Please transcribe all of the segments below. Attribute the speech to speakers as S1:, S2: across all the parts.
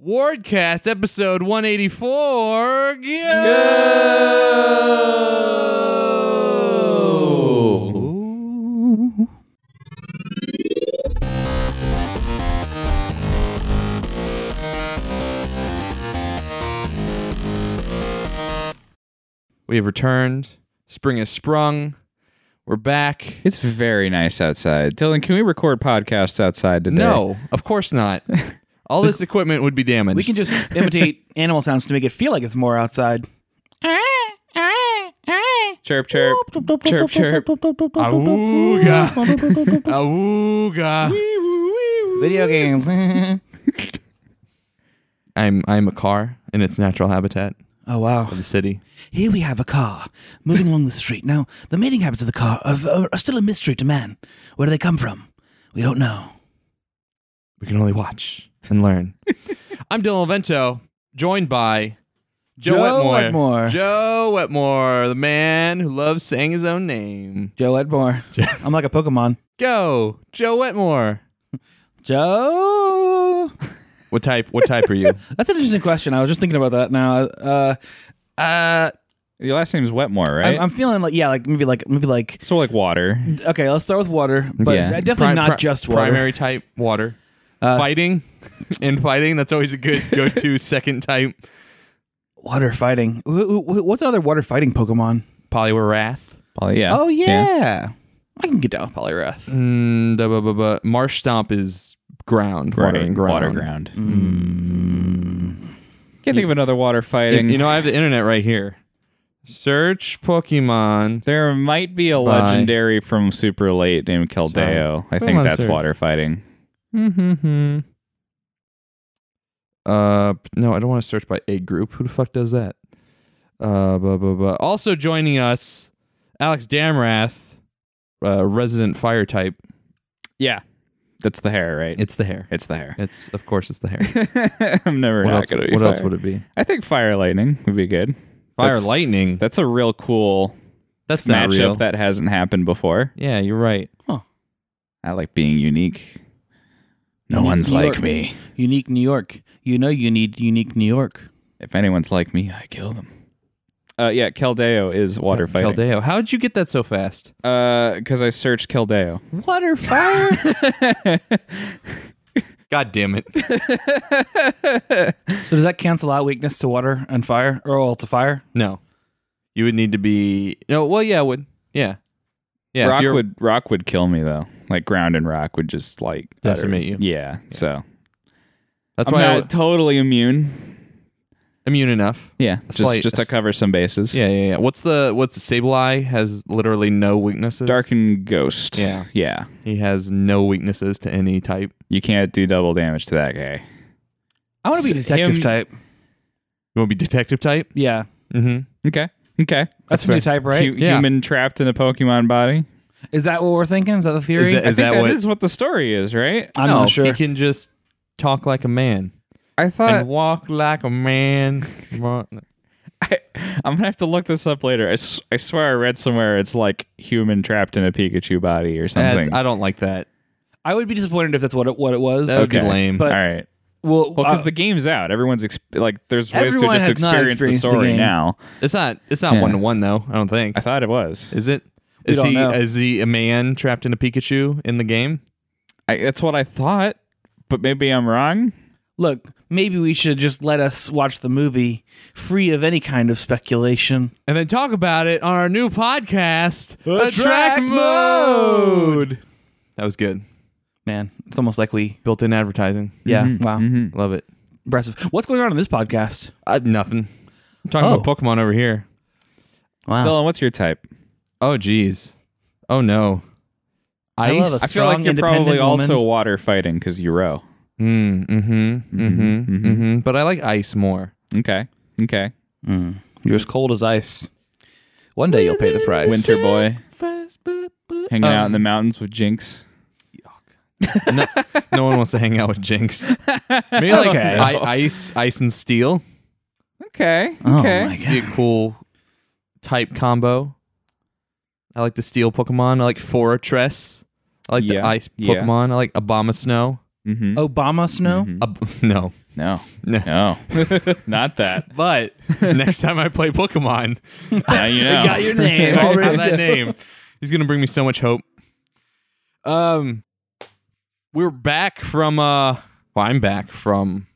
S1: Wardcast episode 184. Yeah. We have returned. Spring has sprung. We're back.
S2: It's very nice outside. Dylan, can we record podcasts outside today?
S1: No, of course not. All this equipment would be damaged.
S3: We can just imitate animal sounds to make it feel like it's more outside.
S2: Chirp, chirp. chirp, chirp.
S1: Awooga. Awooga.
S3: Video games.
S1: I'm I'm a car in its natural habitat,
S3: oh wow.
S1: the city.
S3: Here we have a car moving along the street. Now, the mating habits of the car are, are, are still a mystery to man. Where do they come from? We don't know.
S1: We can only watch and learn. I'm Dylan Vento, joined by Joe,
S3: Joe
S1: Wetmore.
S3: Wetmore.
S1: Joe Wetmore, the man who loves saying his own name.
S3: Joe Edmore. I'm like a Pokemon.
S1: Go, Joe Wetmore.
S3: Joe.
S1: What type? What type are you?
S3: That's an interesting question. I was just thinking about that now. Uh, uh,
S2: Your last name's Wetmore, right?
S3: I'm, I'm feeling like yeah, like maybe like maybe like
S2: so like water.
S3: okay. Let's start with water, but
S2: Yeah.
S3: definitely
S1: Pri-
S3: not
S1: pri-
S3: just water.
S1: Primary type water. fighting in fighting. That's always a good go-to second type.
S3: Water fighting. Wh- wh- wh- What's another water fighting Pokemon?
S1: Poliwrath.
S2: Probably, yeah.
S3: Oh yeah. I can get down with Poliwrath.
S1: Mm, da, ba, ba, ba. Marsh stomp is ground, water
S2: Right,
S1: and ground.
S2: Water ground.
S3: Hmm.
S2: Can't think of another water
S1: You,
S2: fighting.
S1: you know, I have the internet right here. Search Pokemon.
S2: there might be a
S1: Bye.
S2: legendary from super late named Keldeo. I think
S1: on,
S2: that's
S1: sir.
S2: water fighting.
S1: Mm-hmm. Uh, p- no, I don't want to search by a group. Who the fuck does that? Uh, blah, blah, blah. Also joining us, Alex Damrath, uh, resident fire type.
S2: Yeah. That's the hair, right?
S1: It's the hair.
S2: It's the hair.
S1: It's of course it's the hair.
S2: I'm never
S1: what
S2: not
S1: else?
S2: gonna be
S1: What else
S2: fire.
S1: would it be?
S2: I think fire lightning would be good.
S1: Fire
S2: That's-
S1: lightning.
S2: That's a real cool
S1: that's not real.
S2: matchup that hasn't happened before.
S1: yeah, you're right.
S2: I like being unique. No
S3: Unique
S2: one's
S3: New
S2: like
S3: York.
S2: me.
S3: Unique New York. You know you need unique New York.
S2: If anyone's like me, I kill them. Uh, yeah, Keldeo is water fighting.
S1: Caldeo. How did you get that so fast?
S2: Because I searched Keldeo.
S3: Water fire.
S1: God damn it.
S3: so does that cancel out weakness to water and fire, or all to fire?
S1: No. You would need to be No, well yeah, it would. Yeah. Yeah, if
S2: rock
S1: you're-
S2: would rock would kill me though. Like ground and rock would just like utter-
S1: Decimate you.
S2: Yeah, so
S1: That's
S2: I'm
S1: why
S2: not
S1: I'm
S2: totally immune.
S1: immune enough.
S2: Yeah, just
S1: slight-
S2: just to cover some bases.
S1: Yeah, yeah, yeah. What's the what's the Sableye has literally no weaknesses.
S2: darkened ghost.
S1: Yeah.
S2: yeah.
S1: He has no weaknesses to any type.
S2: You can't do double damage to that guy.
S3: I want to be
S2: S-
S3: detective
S2: him-
S3: type.
S1: You want to be detective type?
S3: Yeah,
S1: Mhm.
S2: Okay, okay.
S3: that's, a new type, right?
S2: Hu-
S1: Yeah.
S2: Human trapped in a Pokemon body.
S3: is that what we're thinking? Is that the theory?
S1: Is that-
S2: I think
S1: that what-
S2: that is what the story is, right?
S3: I'm
S1: no,
S3: not sure.
S1: He can just talk like a man
S2: I thought
S1: and walk like a man. That's
S2: I, I'm gonna have to look this up later. I, s- I swear I read somewhere it's like human trapped in a Pikachu body or something.
S1: I don't like that.
S3: I would be disappointed if that's what it, what it was.
S1: That would be
S2: Okay.
S1: lame.
S3: But-
S2: All right.
S3: Well,
S2: Well, because
S3: uh,
S2: the game's out, everyone's exp- like, there's ways to
S3: Everyone
S2: just
S3: has not
S2: experience the
S3: experienced the
S2: story
S3: game.
S2: now.
S1: It's not. It's not
S2: Yeah.
S1: one to one though. I don't think.
S2: I thought it was.
S1: Is it? Is
S3: don't
S1: he?
S3: know.
S1: Is he a man trapped in a Pikachu in the game?
S2: I, that's what I thought, but maybe I'm wrong.
S3: look, maybe we should just let us watch the movie free of any kind of speculation.
S1: And then talk about it on our new podcast,
S3: Attract
S1: Mode. That was good.
S3: Man, it's almost like we.
S1: Built-in advertising.
S3: Yeah. Wow.
S1: Love it.
S3: Impressive. What's going on in this podcast?
S1: Uh, nothing. I'm talking
S3: Oh.
S1: about Pokemon over here.
S3: Wow.
S2: Dylan, what's your type?
S1: Oh geez. Oh no.
S3: I
S1: Ice.
S3: love
S2: I feel like
S3: Strong,
S2: you're probably
S3: independent woman.
S2: also water fighting because you row.
S1: Mm, mm-hmm. Mm-hmm.
S2: mhm.
S1: Mm-hmm. But I like ice more.
S2: Okay. Okay.
S3: Mm. You're as cold as ice. One day you'll pay the price.
S2: Winter boy hanging out in
S1: Um,
S2: the mountains with Jinx.
S1: no, no one wants to hang out with Jinx. Maybe like
S3: Okay.
S1: I, ice, ice and steel.
S2: Okay.
S3: Oh
S2: Okay.
S3: my
S1: Be
S3: god.
S1: a cool type combo. I like the steel Pokemon. I like Fortress. I like the
S2: Yeah,
S1: ice
S2: yeah.
S3: oh.
S1: Pokemon. I like Obama Snow.
S2: Mm-hmm.
S3: Obama Snow.
S1: Ab- no,
S2: No.
S1: No.
S2: No. Not that.
S1: But next time I play Pokemon,
S2: Now you know.
S3: Got your name.
S1: I
S3: already.
S1: have that name. He's gonna bring me so much hope. Um, we're back from uh, well, I'm back from.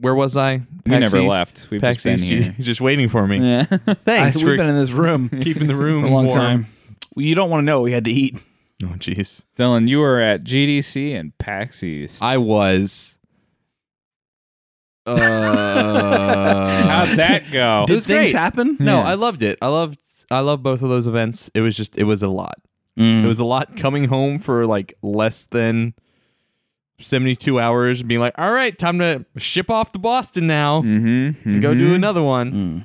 S1: Where was I?
S2: we
S1: PAX
S2: never
S1: East?
S2: left. We've
S1: PAX
S2: just been
S1: East, you-
S2: here.
S1: just waiting for me.
S2: Yeah.
S3: I,
S1: Thanks
S3: we've
S1: for
S3: been in this room for
S1: keeping the room
S3: a long
S1: warm.
S3: time. Well, you don't want to know what we had to eat.
S1: Oh, jeez.
S2: Dylan, you were at GDC and PAX East.
S1: I was. Uh,
S2: How'd that go?
S1: It
S3: Did
S1: was
S3: things
S1: great.
S3: happen?
S1: no,
S2: Yeah.
S1: I loved it. I loved. I loved both of those events. It was just. It was a lot.
S2: Mm.
S1: It was a lot coming home for like less than seventy-two hours, and being like, "All right, time to ship off to Boston now
S2: hmm
S1: and go do another one."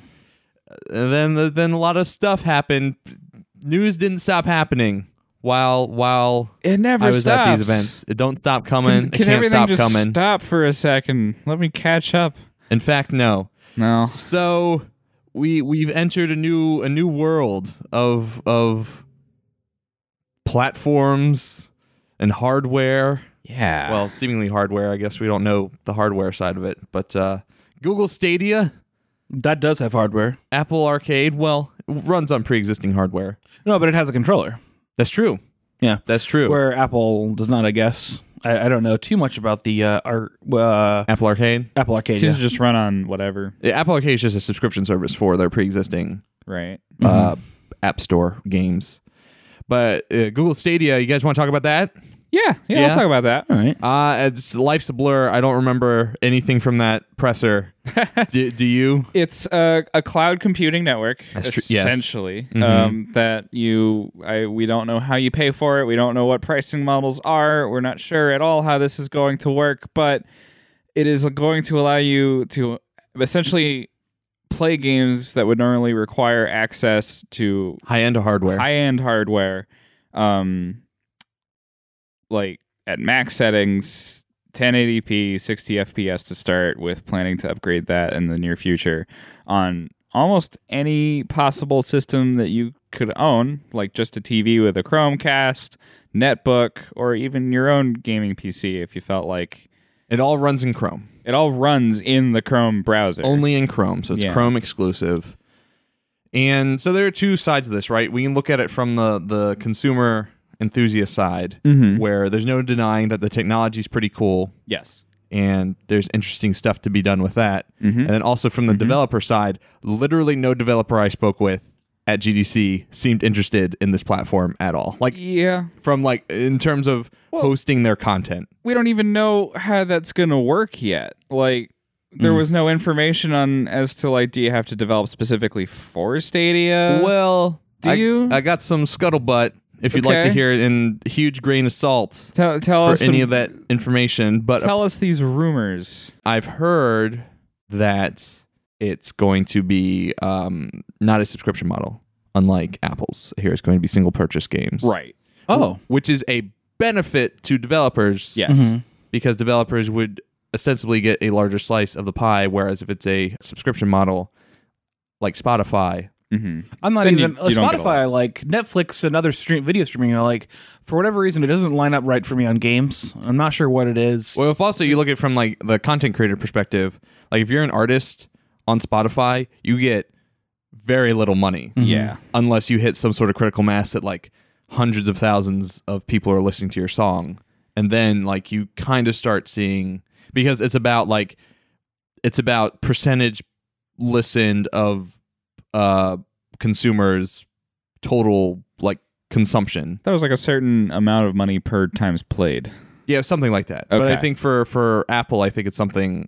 S1: Uh,
S3: Mm.
S1: And then, then a lot of stuff happened. News didn't stop happening while while
S2: It never
S1: I was
S2: stops.
S1: at these events. It don't stop coming.
S2: Can,
S1: it
S2: can
S1: can't
S2: everything
S1: stop
S2: just
S1: coming.
S2: stop for a second? Let me catch up.
S1: In fact, no.
S2: No.
S1: So we we've entered a new a new world of of platforms and hardware.
S2: Yeah.
S1: Well, seemingly hardware. I guess we don't know the hardware side of it, but uh, Google Stadia,
S3: That does have hardware.
S1: Apple Arcade. Well, it runs on pre-existing hardware.
S3: No, but it has a controller.
S1: That's true.
S3: Yeah.
S1: That's true.
S3: Where Apple does not, I guess. I, I don't know too much about the uh, our, uh,
S1: Apple Arcade.
S3: Apple Arcade.
S2: it seems
S3: yeah.
S2: to just run on whatever,
S1: Yeah, Apple Arcade is just a subscription service for their pre-existing
S2: right?
S3: Mm-hmm.
S1: uh, App Store games. But uh, Google Stadia, you guys want to talk about that?
S2: Yeah. Yeah.
S1: Yeah.
S2: I'll talk about that.
S3: All right.
S1: Uh, it's life's a blur. I don't remember anything from that presser. do, do you?
S2: It's a, a cloud computing network,
S1: That's tr- yes. Mm-hmm.
S2: essentially. Um, that you, I, we don't know how you pay for it. We don't know what pricing models are. We're not sure at all how this is going to work, but it is going to allow you to essentially play games that would normally require access to
S1: High end hardware.
S2: high end hardware, um, like at max settings, 1080p, 60 FPS to start with, planning to upgrade that in the near future on almost any possible system that you could own, like just a TV with a Chromecast, netbook, or even your own gaming PC if you felt like
S1: it all runs in Chrome.
S2: it all runs in the Chrome browser.
S1: Only in Chrome, so it's
S2: Yeah.
S1: Chrome exclusive. And so there are two sides of this, right? We can look at it from the the consumer enthusiast side, where there's no denying that the technology's pretty cool
S2: yes.
S1: and there's interesting stuff to be done with that. And then also from the developer side, literally no developer I spoke with at GDC seemed interested in this platform at all. Like
S2: Yeah.
S1: from like in terms of hosting their content.
S2: we don't even know how that's gonna work yet. Like there
S1: Mm.
S2: was no information on as to like do you have to develop specifically for Stadia?
S1: well,
S2: do
S1: I,
S2: you?
S1: I got some scuttlebutt. If you'd like to
S2: Okay.
S1: hear it in huge grain of salt
S2: tell tell
S1: for
S2: us
S1: any
S2: some-
S1: of that information, but
S2: Tell us these rumors.
S1: I've heard that it's going to be um, not a subscription model, unlike Apple's. Here, it's going to be single purchase games,
S2: Right.
S3: Oh.
S1: Which is a benefit to developers,
S2: Yes.
S1: because developers would ostensibly get a larger slice of the pie. Whereas if it's a subscription model, like Spotify,
S2: hmm
S1: Mm-hmm.
S3: I'm not
S2: Then you-
S3: even
S2: you don't get a
S3: Spotify. Like Netflix and other stream video streaming are like for whatever reason it doesn't line up right for me on games. I'm not sure what it is.
S1: Well, if also you look at it from like the content creator perspective, like if you're an artist on Spotify, you get very little money
S2: Yeah.
S1: unless you hit some sort of critical mass that like hundreds of thousands of people are listening to your song, and then like you kind of start seeing because it's about like it's about percentage listened of uh consumers total like consumption
S2: That was like a certain amount of money per times played.
S1: Yeah, something like that. But I
S2: Okay.
S1: think for for Apple, I think it's something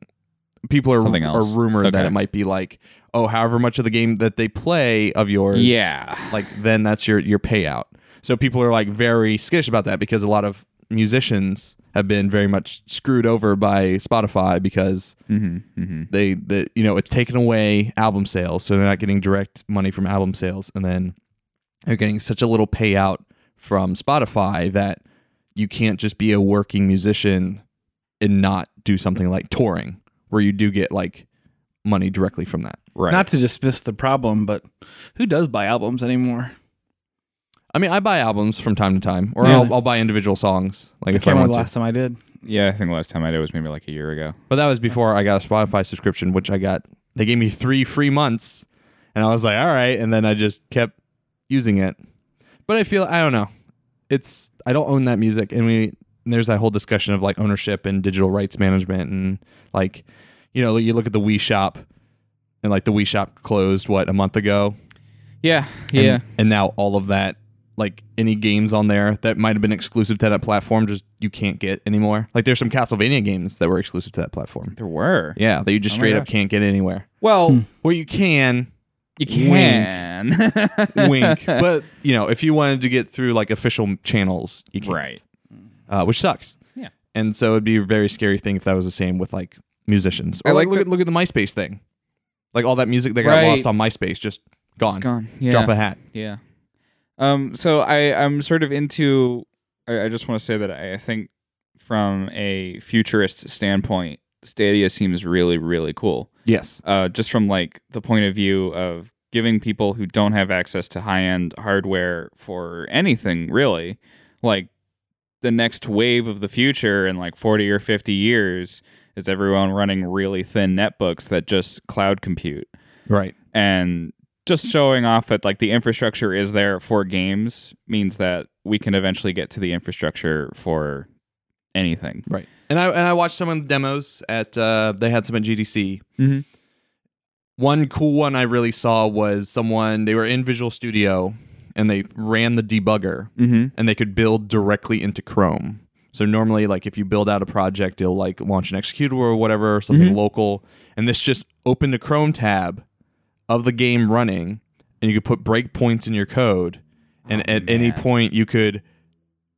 S1: people are
S2: Something
S1: are
S2: else.
S1: rumored that
S2: Okay.
S1: it might be like, oh, however much of the game that they play of yours,
S2: Yeah.
S1: like then that's your your payout. So people are like very skittish about that because a lot of musicians have been very much screwed over by Spotify because
S2: Mm-hmm. Mm-hmm.
S1: they that you know it's taken away album sales, so they're not getting direct money from album sales, and then they're getting such a little payout from Spotify that you can't just be a working musician and not do something like touring, where you do get like money directly from that.
S2: Right.
S3: Not to dismiss the problem, but who does buy albums anymore?
S1: I mean, I buy albums from time to time, or
S3: Yeah.
S1: I'll, I'll buy individual songs, like
S3: I
S1: if I
S3: can't remember
S1: want
S3: the
S1: to.
S3: last time I did.
S2: Yeah, I think the last time I did was maybe like a year ago.
S1: But that was before I got a Spotify subscription, which I got. They gave me three free months, and I was like, all right. And then I just kept using it. But I feel I don't know. It's I don't own that music, and we and there's that whole discussion of like ownership and digital rights management, and like you know you look at the Wii Shop, and like the Wii Shop closed what a month ago,
S2: Yeah,
S1: and,
S2: yeah.
S1: and now all of that. Like any games on there that might have been exclusive to that platform, just you can't get anymore. Like there's some Castlevania games that were exclusive to that platform.
S2: there were. Hmm.
S1: Yeah, that you just
S2: Oh my
S1: straight up
S2: gosh.
S1: can't get anywhere.
S2: Well,
S1: Well, you can
S2: you can.
S1: wink, but you know, if you wanted to get through like official channels, you can't.
S2: right.
S1: Uh, which sucks.
S2: Yeah.
S1: And so it'd be a very scary thing if that was the same with like musicians. Or
S2: I
S1: like,
S2: like
S1: look
S2: the-
S1: at look at the MySpace thing. Like all that music that got
S2: Right.
S1: lost on MySpace just gone.
S2: It's gone. Yeah.
S1: Drop a hat.
S2: Yeah. Um. So I I'm sort of into. I, I just want to say that I, I think from a futurist standpoint, Stadia seems really really cool.
S1: Yes.
S2: Uh, just from like the point of view of giving people who don't have access to high end hardware for anything really, like the next wave of the future in like 40 or 50 years is everyone running really thin netbooks that just cloud compute
S1: Right.
S2: and just showing off that like the infrastructure is there for games means that we can eventually get to the infrastructure for anything.
S1: Right. And I and I watched some of the demos at uh, they had some at GDC.
S2: Mhm.
S1: One cool one I really saw was someone they were in Visual Studio and they ran the debugger
S2: Mm-hmm.
S1: and they could build directly into Chrome. So normally, like if you build out a project, you'll like launch an executable or whatever, something local, and this just opened a Chrome tab of the game running, and you could put breakpoints in your code, and at any point you could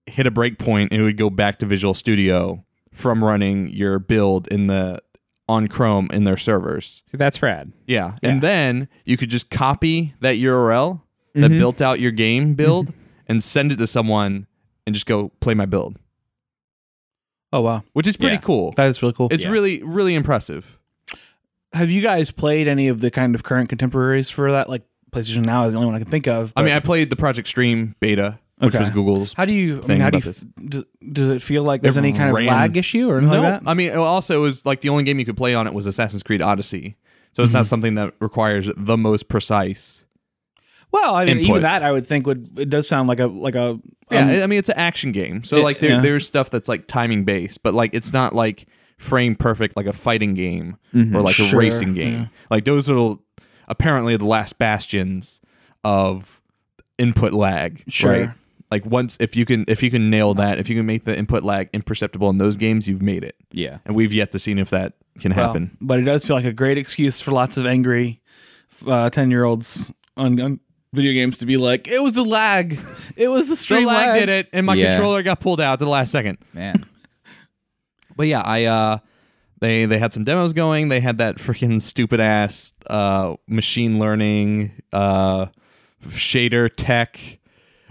S1: hit a breakpoint, and it would go back to Visual Studio from running your build in the on Chrome in their servers.
S2: See, that's rad.
S1: Yeah. And then you could just copy that URL that
S3: Mm-hmm.
S1: built out your game build and send it to someone and just go play my build,
S3: Oh wow,
S1: which is pretty
S2: Yeah.
S1: cool.
S3: that is really cool.
S1: It's
S2: Yeah.
S1: really, really impressive.
S3: Have you guys played any of the kind of current contemporaries for that? Like PlayStation Now is the only one I can think of.
S1: I
S3: but
S1: mean, I played the Project Stream beta, which
S3: Okay.
S1: was Google's.
S3: how do you? I
S1: thing
S3: mean, how do
S1: about
S3: you? f- Do, does it feel like there's
S1: It
S3: any kind
S1: ran-
S3: of lag issue or anything
S1: no,
S3: like that?
S1: I mean, also it was like the only game you could play on it was Assassin's Creed Odyssey. So it's not
S3: Mm-hmm.
S1: something that requires the most precise.
S3: well, I mean,
S1: input.
S3: even that I would think would it does sound like a like a
S1: Yeah,
S3: um,
S1: I- I mean it's an action game, so
S3: it-
S1: like there,
S3: yeah.
S1: there's stuff that's like timing based, but like it's not like frame perfect like a fighting game or like a
S3: Mm-hmm. Sure,
S1: racing game.
S3: yeah.
S1: Like those are the- apparently the last bastions of input lag.
S3: Sure.
S1: right? Like once if you can if you can nail that, if you can make the input lag imperceptible in those games, you've made it.
S2: Yeah.
S1: And we've yet to see if that can
S3: well,
S1: happen.
S3: but it does feel like a great excuse for lots of angry ten year olds on, on video games to be like, it was the lag, it was the
S1: The
S3: stream
S1: lag did it, and my
S2: Yeah.
S1: controller got pulled out at the last second.
S2: Man.
S1: But yeah, I uh they they had some demos going. They had that freaking stupid ass uh machine learning uh shader tech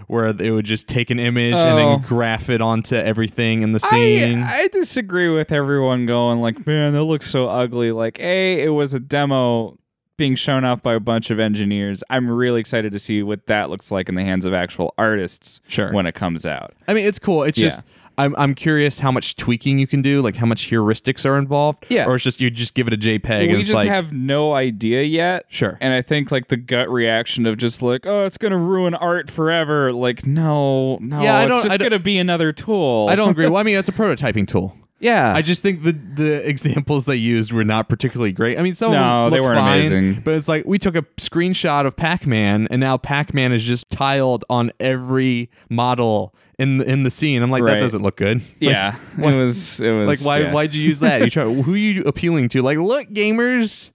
S1: where it would just take an image and
S2: Oh.
S1: then graph it onto everything in the scene.
S2: I, I disagree with everyone going like, man, that looks so ugly. Like, a, it was a demo being shown off by a bunch of engineers. I'm really excited to see what that looks like in the hands of actual artists.
S1: Sure.
S2: when it comes out.
S1: I mean, it's cool. It's
S2: Yeah.
S1: just I'm I'm curious how much tweaking you can do, like how much heuristics are involved.
S2: Yeah.
S1: Or it's just you just give it a JPEG and
S2: we
S1: it's
S2: just
S1: like
S2: have no idea yet.
S1: Sure.
S2: And I think like the gut reaction of just like, oh, it's gonna ruin art forever. Like, no, no,
S1: Yeah, I
S2: it's
S1: don't-
S2: just
S1: I don't-
S2: gonna be another tool.
S1: I don't agree. Well, I mean, it's a prototyping tool.
S2: Yeah.
S1: I just think the the examples they used were not particularly great. I mean, some of
S2: No,
S1: them
S2: they
S1: look
S2: weren't
S1: fine,
S2: amazing.
S1: but it's like we took a screenshot of Pac-Man, and now Pac-Man is just tiled on every model in the, in the scene. I'm like,
S2: Right.
S1: that doesn't look good. Like-
S2: yeah. it was. It was.
S1: like, why
S2: yeah.
S1: why'd you use that? You try who are you appealing to? Like, look, gamers,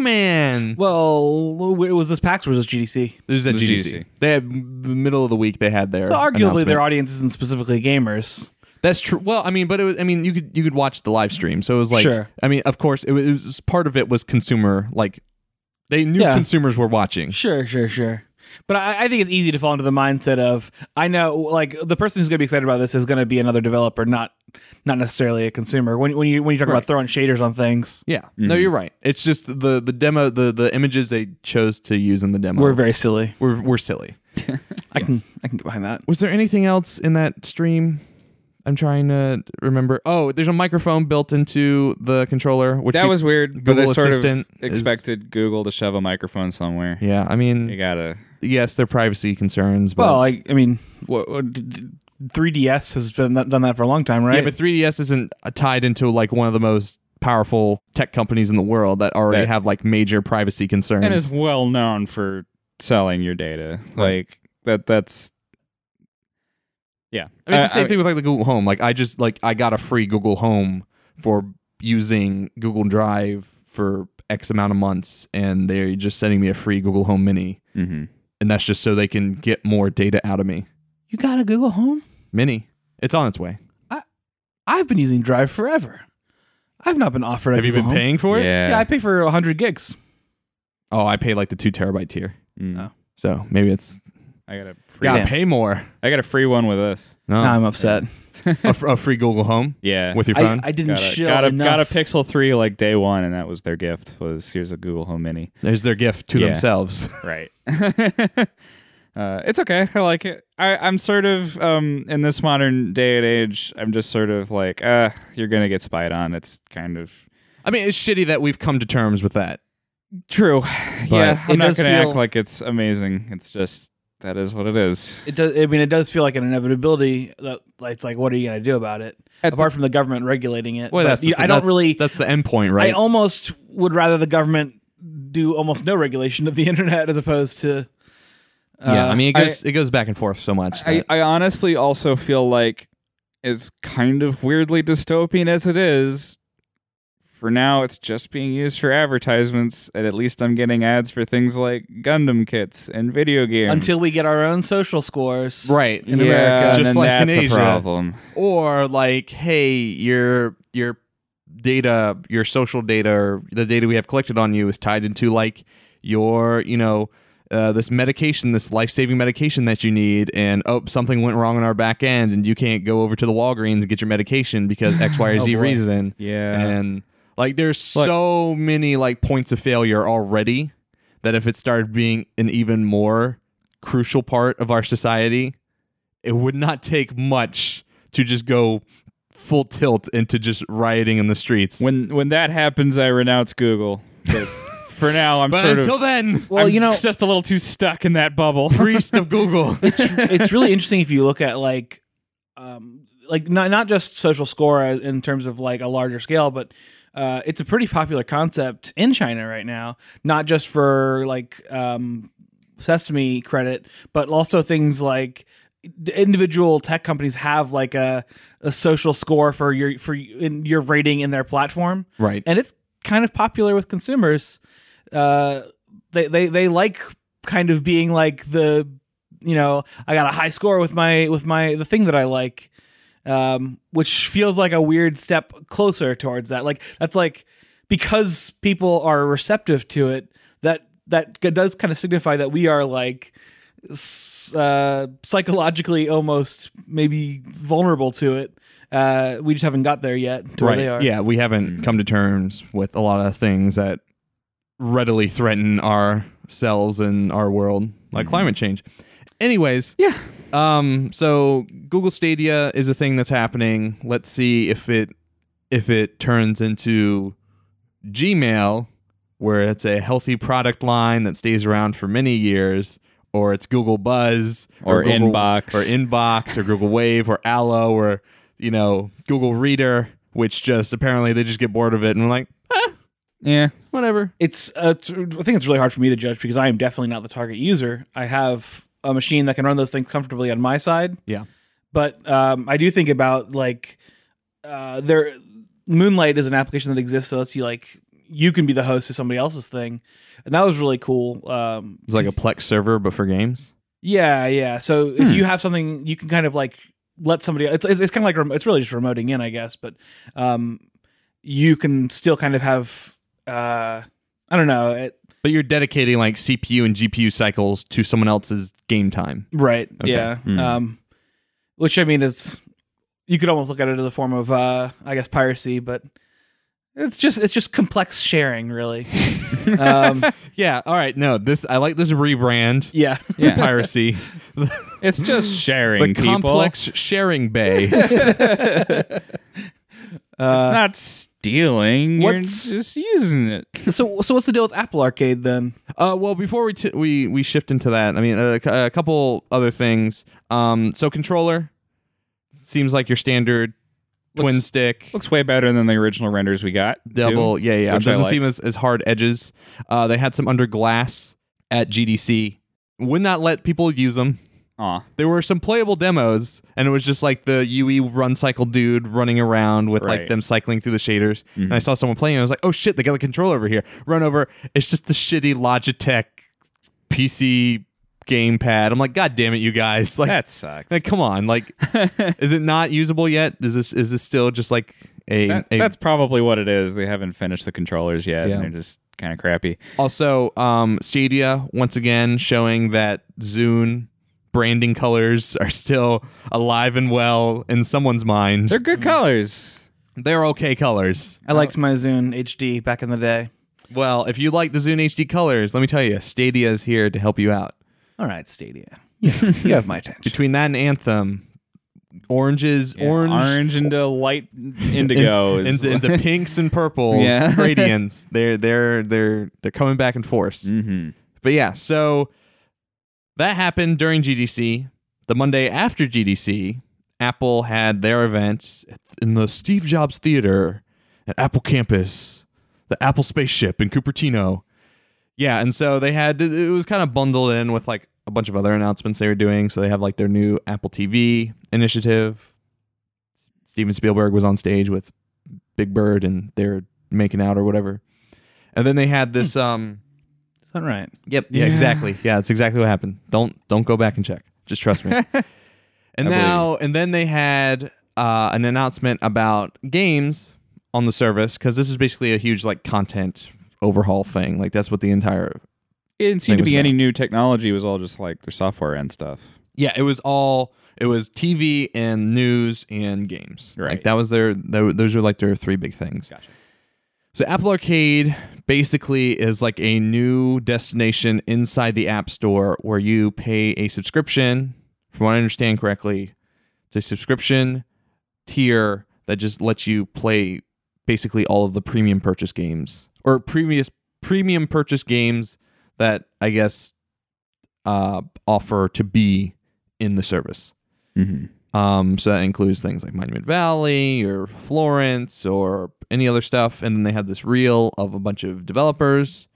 S1: Pac-Man.
S3: Well, it was this PAX or was this GDC?
S1: There's that
S2: This
S1: GDC.
S2: GDC.
S1: They had the middle of the week. They had their
S3: So arguably,
S1: announcement.
S3: their audience isn't specifically gamers.
S1: That's true. Well, I mean, but it was. I mean, you could you could watch the live stream. So it was like.
S3: Sure.
S1: I mean, of course, it was, it was part of it was consumer. Like, they knew
S3: Yeah.
S1: consumers were watching.
S3: Sure, sure, sure. But I, I think it's easy to fall into the mindset of I know, like the person who's going to be excited about this is going to be another developer, not not necessarily a consumer. When when you when you talk about throwing shaders on things,
S1: Yeah. No,
S3: Mm-hmm.
S1: you're right. It's just the the demo the the images they chose to use in the demo
S3: we're very silly.
S1: were, were silly.
S3: I can I can get behind that.
S1: Was there anything else in that stream? I'm trying to remember. Oh, there's a microphone built into the controller, which
S2: That
S1: pe-
S2: was weird, but
S1: Google
S2: I sort
S1: Assistant
S2: of
S1: is-
S2: expected Google to shove a microphone somewhere.
S1: yeah. I
S2: You
S1: mean,
S2: gotta.
S1: yes, there are privacy concerns, but
S3: Well, I, I mean, what, what, d- d- 3DS has been that, done that for a long time, right?
S1: yeah, but 3DS isn't uh, tied into like one of the most powerful tech companies in the world that already
S2: That-
S1: have like major privacy concerns.
S2: And is well known for selling your data.
S1: Right.
S2: Like that. That's. Yeah,
S1: I mean, it's the
S2: I-
S1: same
S2: I-
S1: thing with like the Google Home. Like I just like I got a free Google Home for using Google Drive for X amount of months, and they're just sending me a free Google Home Mini,
S2: Mhm.
S1: and that's just so they can get more data out of me.
S3: you got a Google Home?
S1: Mini, it's on its way.
S3: I've been using Drive forever. I've not been offered. A
S1: Have you
S3: Google
S1: been
S3: Home.
S1: paying for it?
S2: Yeah.
S3: Yeah, I pay for 100 gigs.
S1: Oh, I pay like the two terabyte tier,
S2: Mm.
S3: Oh.
S1: so maybe it's
S2: I got a free.
S1: gotta
S3: Damn.
S1: pay more.
S2: I got a free one with this.
S1: No,
S3: Now I'm upset.
S1: a, fr- a free Google Home
S2: Yeah,
S1: with your
S3: I,
S1: phone.
S3: I didn't
S2: got a,
S3: shill
S2: got a,
S3: enough.
S2: got a Pixel Three like day one, and that was their gift. Was here's a Google Home Mini.
S1: There's their gift to
S2: Yeah.
S1: themselves.
S2: Right. uh, it's okay. I like it. I, I'm sort of um, in this modern day and age. I'm just sort of like, uh, you're gonna get spied on. It's kind of
S1: I mean, it's shitty that we've come to terms with that.
S2: true. yeah,
S3: it
S2: I'm not
S3: does
S2: gonna
S3: feel-
S2: act like it's amazing. It's just that is what it is.
S3: It does. I mean, it does feel like an inevitability. That like, it's like, what are you going to do about it?
S2: At
S3: Apart from the government regulating it.
S1: Well,
S3: But
S1: that's the
S3: you-
S1: thing.
S3: I don't
S1: That's-
S3: really.
S1: That's the end point, right?
S3: I almost would rather the government do almost no regulation of the internet as opposed to. Uh,
S1: yeah, I mean, it
S2: I-
S1: goes it goes back and forth so much.
S2: I,
S1: that-
S2: I honestly also feel like as kind of weirdly dystopian as it is for now it's just being used for advertisements and at least i'm getting ads for things like gundam kits and video games
S3: until we get our own social scores,
S1: Right.
S3: In
S2: yeah,
S3: America,
S2: and
S1: Just
S2: then
S1: like in
S2: that's
S1: Asia.
S2: a problem
S1: or like, hey, your your data, your social data, or the data we have collected on you is tied into like your, you know, uh, this medication, this life saving medication that you need, and oh, something went wrong in our back end, and you can't go over to the Walgreens and get your medication because X, Y, or Z
S3: boy.
S1: reason.
S2: yeah
S1: and like there's
S2: Look-
S1: so many like points of failure already that if it started being an even more crucial part of our society it would not take much to just go full tilt into just rioting in the streets
S2: when when that happens i renounce google but for now i'm
S1: but
S2: sort
S1: until
S2: of
S1: then
S3: Well,
S2: I'm
S3: you know,
S2: just a little too stuck in that bubble
S1: priest of google
S3: it's really interesting if you look at like um like not not just social score as- in terms of like a larger scale but uh, it's a pretty popular concept in China right now, not just for like um, Sesame credit, but also things like d- individual tech companies have like a, a social score for your for y- in your rating in their platform,
S1: right
S3: and it's kind of popular with consumers. Uh, they they they like kind of being like the you know I got a high score with my with my the thing that I like, um, which feels like a weird step closer towards that. Like that's like because people are receptive to it that that does kind of signify that we are like s- uh, psychologically almost maybe vulnerable to it. Uh, we just haven't got there yet to where
S1: right
S3: they are.
S1: yeah we haven't come to terms with a lot of things that readily threaten ourselves and our world like climate change anyways
S2: yeah
S1: Um, so Google Stadia is a thing that's happening. Let's see if it if it turns into Gmail, where it's a healthy product line that stays around for many years, or it's Google Buzz
S2: Or
S1: Google-
S2: Inbox.
S1: or Inbox or Google Wave or Allo or you know Google Reader, which just apparently they just get bored of it and like
S2: yeah
S1: whatever.
S3: it's, uh, it's- I think it's really hard for me to judge because I am definitely not the target user. I have a machine that can run those things comfortably on my side,
S1: Yeah,
S3: but um, I do think about like uh, there. Moonlight is an application that exists that lets you like you can be the host of somebody else's thing, and that was really cool. Um,
S1: it's like a Plex server but for games.
S3: yeah, yeah. So if you have something, you can kind of like let somebody. It's it's, it's kind of like rem- it's really just remoting in, I guess. But um, you can still kind of have. Uh, I don't know. It,
S1: But you're dedicating like CPU and GPU cycles to someone else's game time.
S3: Right.
S1: Okay.
S3: Yeah.
S2: Mm.
S3: Um, which I mean is, you could almost look at it as a form of, uh, I guess, piracy, but It's just it's just complex sharing, really. um,
S1: Yeah. All right. No, this I like this rebrand.
S3: yeah.
S2: Yeah.
S1: Piracy.
S2: It's just sharing
S1: the
S2: people.
S1: complex sharing bay.
S2: it's not stealing.
S3: what's-
S2: You're just using it.
S3: So so what's the deal with Apple Arcade then?
S1: uh, well, before we t- we we shift into that, I mean, a, c- a couple other things. Um, so controller seems like your standard twin
S2: Looks-
S1: stick.
S2: Looks way better than the original renders we got. too.
S1: double yeah yeah
S2: which I
S1: doesn't
S2: like.
S1: seem as, as hard edges uh, they had some under glass at gdc would not let people use them
S2: Aw.
S1: there were some playable demos and it was just like the ue run cycle dude running around with like
S2: Right. Mm-hmm.
S1: them cycling through the shaders and i saw someone playing and i was like oh shit they got the controller over here run over it's just the shitty logitech pc gamepad i'm like god damn it you guys like
S2: That sucks.
S1: like, come on like is it not usable yet is this is this still just like a,
S2: That-
S1: a
S2: that's probably what it is. They haven't finished the controllers yet,
S1: Yeah.
S2: and they're just kind of crappy.
S1: Also, um, Stadia once again showing that Zune branding colors are still alive and well in someone's mind.
S2: They're
S1: They're,
S2: good colors.
S1: okay colors.
S3: I liked my Zune HD back in the day.
S1: Well, if you like the Zune HD colors, let me tell you, Stadia is here to help you out.
S3: All right, Stadia. You have, you have my attention.
S1: Between that and Anthem, oranges,
S2: Yeah,
S1: orange,
S2: orange into light indigo.
S1: in-
S2: is-
S1: into, into pinks and purples,
S2: Yeah.
S1: gradients. They're they're they're they're coming back in force.
S2: Mhm.
S1: But yeah, so that happened during GDC. The Monday after GDC, Apple had their event in the Steve Jobs Theater at Apple Campus, the Apple spaceship in Cupertino. Yeah, and so they had it was kind of bundled in with like a bunch of other announcements they were doing. So they have like their new Apple TV initiative. Steven Spielberg was on stage with Big Bird and they're making out or whatever. And then they had this um
S3: Is that right?
S1: Yep. Yeah,
S2: Yeah.
S1: Exactly. Yeah, that's exactly what happened. Don't don't go back and check. Just trust me. and
S2: I
S1: now and then they had uh, an announcement about games on the service because this is basically a huge like content overhaul thing. Like that's what the entire
S2: It didn't seem
S1: Thing
S2: to
S1: was
S2: be any
S1: bad.
S2: new technology. It was all just like their software and stuff.
S1: yeah it was all it was TV and news and games. Like
S2: Right.
S1: that was their tho- those were like their three big things.
S2: Gotcha.
S1: So Apple Arcade basically is like a new destination inside the App Store where you pay a subscription. From what I understand correctly, it's a subscription tier that just lets you play basically all of the premium purchase games or previous premium purchase games that I guess uh, offer to be in the service.
S2: Mhm.
S1: Um, so that includes things like Monument Valley or Florence or any other stuff. And then they have this reel of a bunch of developers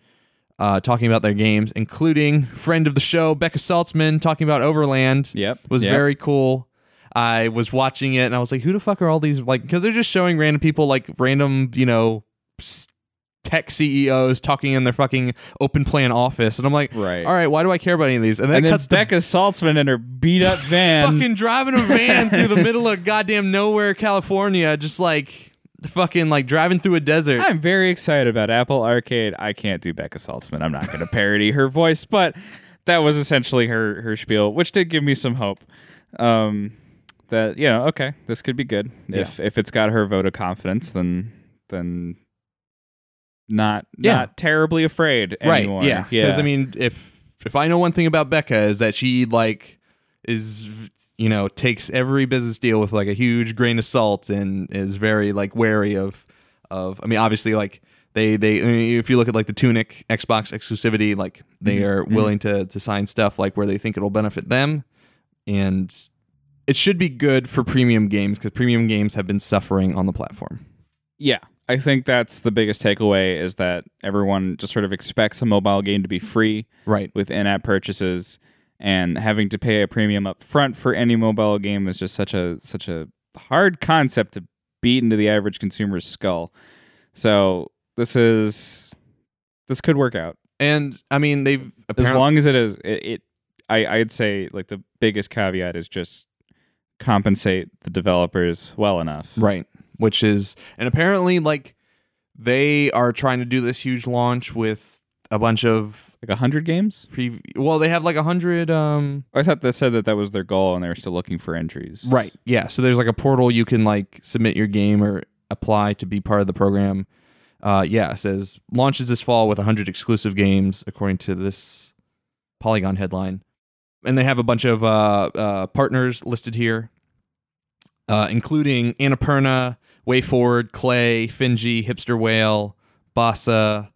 S1: uh, talking about their games, including friend of the show, Becca Saltzman, talking about Overland.
S2: Yep.
S1: Was
S2: Yep.
S1: very cool. I was watching it and I was like, who the fuck are all these? Like, because they're just showing random people, like random, you know, s- tech CEOs talking in their fucking open plan office. And I'm like,
S2: Right.
S1: all right, why do I care about any of these? And then
S2: and
S1: it
S2: then
S1: cuts to
S2: Becca Saltzman and her beat up van.
S1: fucking driving a van through the middle of goddamn nowhere, California, just like fucking like driving through a desert.
S2: I'm very excited about Apple Arcade. I can't do Becca Saltzman. I'm not going to parody her voice, but that was essentially her her spiel, which did give me some hope. Um, that you know, okay, this could be good if if it's got her vote of confidence, then then not
S1: Yeah.
S2: not terribly afraid
S1: right?
S2: anymore.
S1: Yeah, because I mean, if if I know one thing about Becca is that she like is you know takes every business deal with like a huge grain of salt and is very like wary of of. I mean, obviously, like they they I mean, if you look at like the Tunic Xbox exclusivity, like they
S2: Mm-hmm.
S1: are willing to to sign stuff like where they think it'll benefit them and. It should be good for premium games because premium games have been suffering on the platform.
S2: Yeah, I think that's the biggest takeaway is that everyone just sort of expects a mobile game to be free
S1: Right.
S2: with in-app purchases and having to pay a premium up front for any mobile game is just such a such a hard concept to beat into the average consumer's skull. So this is this could work out
S1: And I mean, they've
S2: as
S1: apparently-
S2: long as it is it. it I I'd say like the biggest caveat is just compensate the developers well enough.
S1: Right. Which is, and apparently, like, they are trying to do this huge launch with a bunch of
S2: Like hundred games.
S1: pre. Well, they have like a hundred. Um.
S2: I thought that said that that was their goal and they were still looking for entries.
S1: Right. Yeah. So there's like a portal you can like submit your game or apply to be part of the program. Uh, yeah, it says launches this fall with 100 exclusive games, according to this Polygon headline. And they have a bunch of uh, uh, partners listed here, uh, including Annapurna, WayForward, Clay, Finji, Hipster Whale, Bassa,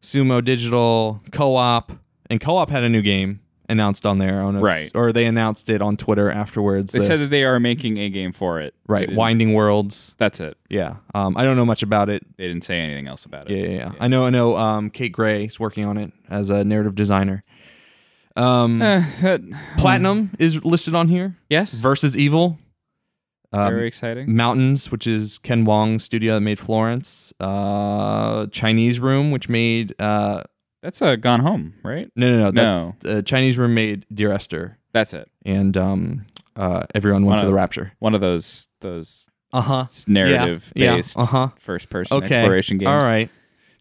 S1: Sumo Digital, Co-op, and Co-op had a new game announced on there. I don't know if-
S2: Right.
S1: or they announced it on Twitter afterwards.
S2: They
S1: the-
S2: said that they are making a game for it.
S1: right,
S2: They didn't-
S1: Winding Worlds.
S2: That's it.
S1: Yeah, um, I don't know much about it.
S2: They didn't say anything else about it.
S1: Yeah, yeah, yeah. I know, I know. Um, Kate Gray is working on it as a narrative designer. Um,
S2: Eh, that,
S1: Platinum is listed on here.
S2: yes.
S1: Versus Evil. Um,
S2: Very exciting.
S1: Mountains, which is Ken Wong's studio that made Florence. Uh, Chinese Room, which made uh,
S2: That's a Gone Home, right?
S1: no, no, no. That's uh, Chinese Room made Dear Esther,
S2: That's it.
S1: and um, uh, everyone went to
S2: Wow.
S1: the Rapture.
S2: One of those those
S1: Uh huh.
S2: narrative based
S1: yeah, uh-huh.
S2: first person
S1: Okay.
S2: exploration games.
S1: All right.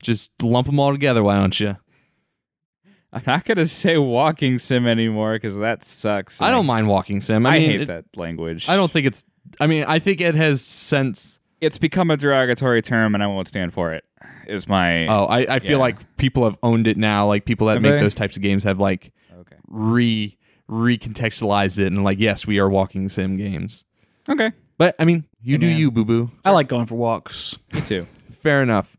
S1: Just lump them all together, why don't you?
S2: I'm not gonna say walking sim anymore because that sucks.
S1: I don't mind walking sim.
S2: I,
S1: I, mean,
S2: hate
S1: it-
S2: that language.
S1: I don't think it's. I mean, I think it has since.
S2: It's become a derogatory term, and I won't stand for it. Is my
S1: Oh, I, I feel
S2: Yeah.
S1: like people have owned it now. Like people that
S2: Have
S1: make
S2: they?
S1: those types of games have like
S2: okay.
S1: re recontextualized it and like yes, we are walking sim games.
S2: Okay,
S1: But I mean, you do
S3: man.
S1: you, boo boo.
S3: I like going for walks.
S2: me too.
S1: Fair enough.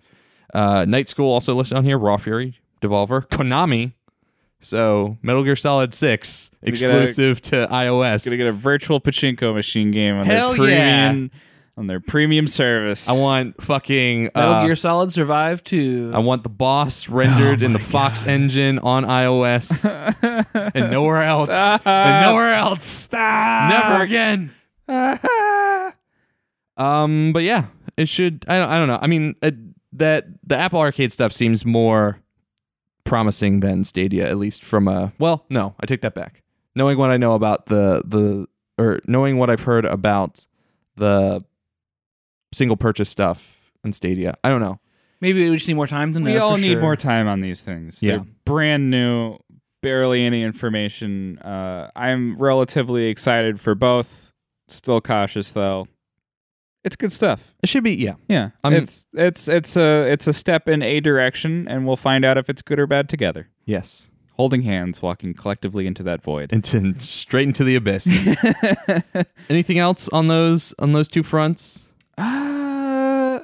S1: Uh, Night School also listed on here. Raw Fury, Devolver, Konami. So Metal Gear Solid Six
S2: We get a-
S1: exclusive to iOS.
S2: Gonna get a virtual pachinko machine game on
S1: Hell
S2: their
S1: yeah.
S2: premium on their premium service.
S1: I want fucking
S3: Metal
S1: uh,
S3: Gear Solid Survive 2.
S1: I want the boss rendered in the Fox engine on iOS and nowhere else. And nowhere else. Stop. Never again. um, but yeah, it should. I don't. I don't know. I mean, it, that the Apple Arcade stuff seems more promising than Stadia, at least from a. Well, no, I take that back. Knowing what I know about the the or knowing what I've heard about the single purchase stuff in Stadia, I don't know.
S3: Maybe we just need more time to know.
S2: we all
S3: for
S2: need
S3: sure.
S2: more time on these things.
S1: Yeah.
S2: They're brand new, barely any information. Uh, I'm relatively excited for both. Still cautious though. It's good stuff.
S1: It should be, yeah.
S2: Yeah,
S1: I'm-
S2: it's it's it's a it's a step in a direction, and we'll find out if it's good or bad together.
S1: Yes.
S2: Holding hands, walking collectively into that void.
S1: Into straight into the abyss. Anything else on those on those two fronts?
S2: Uh,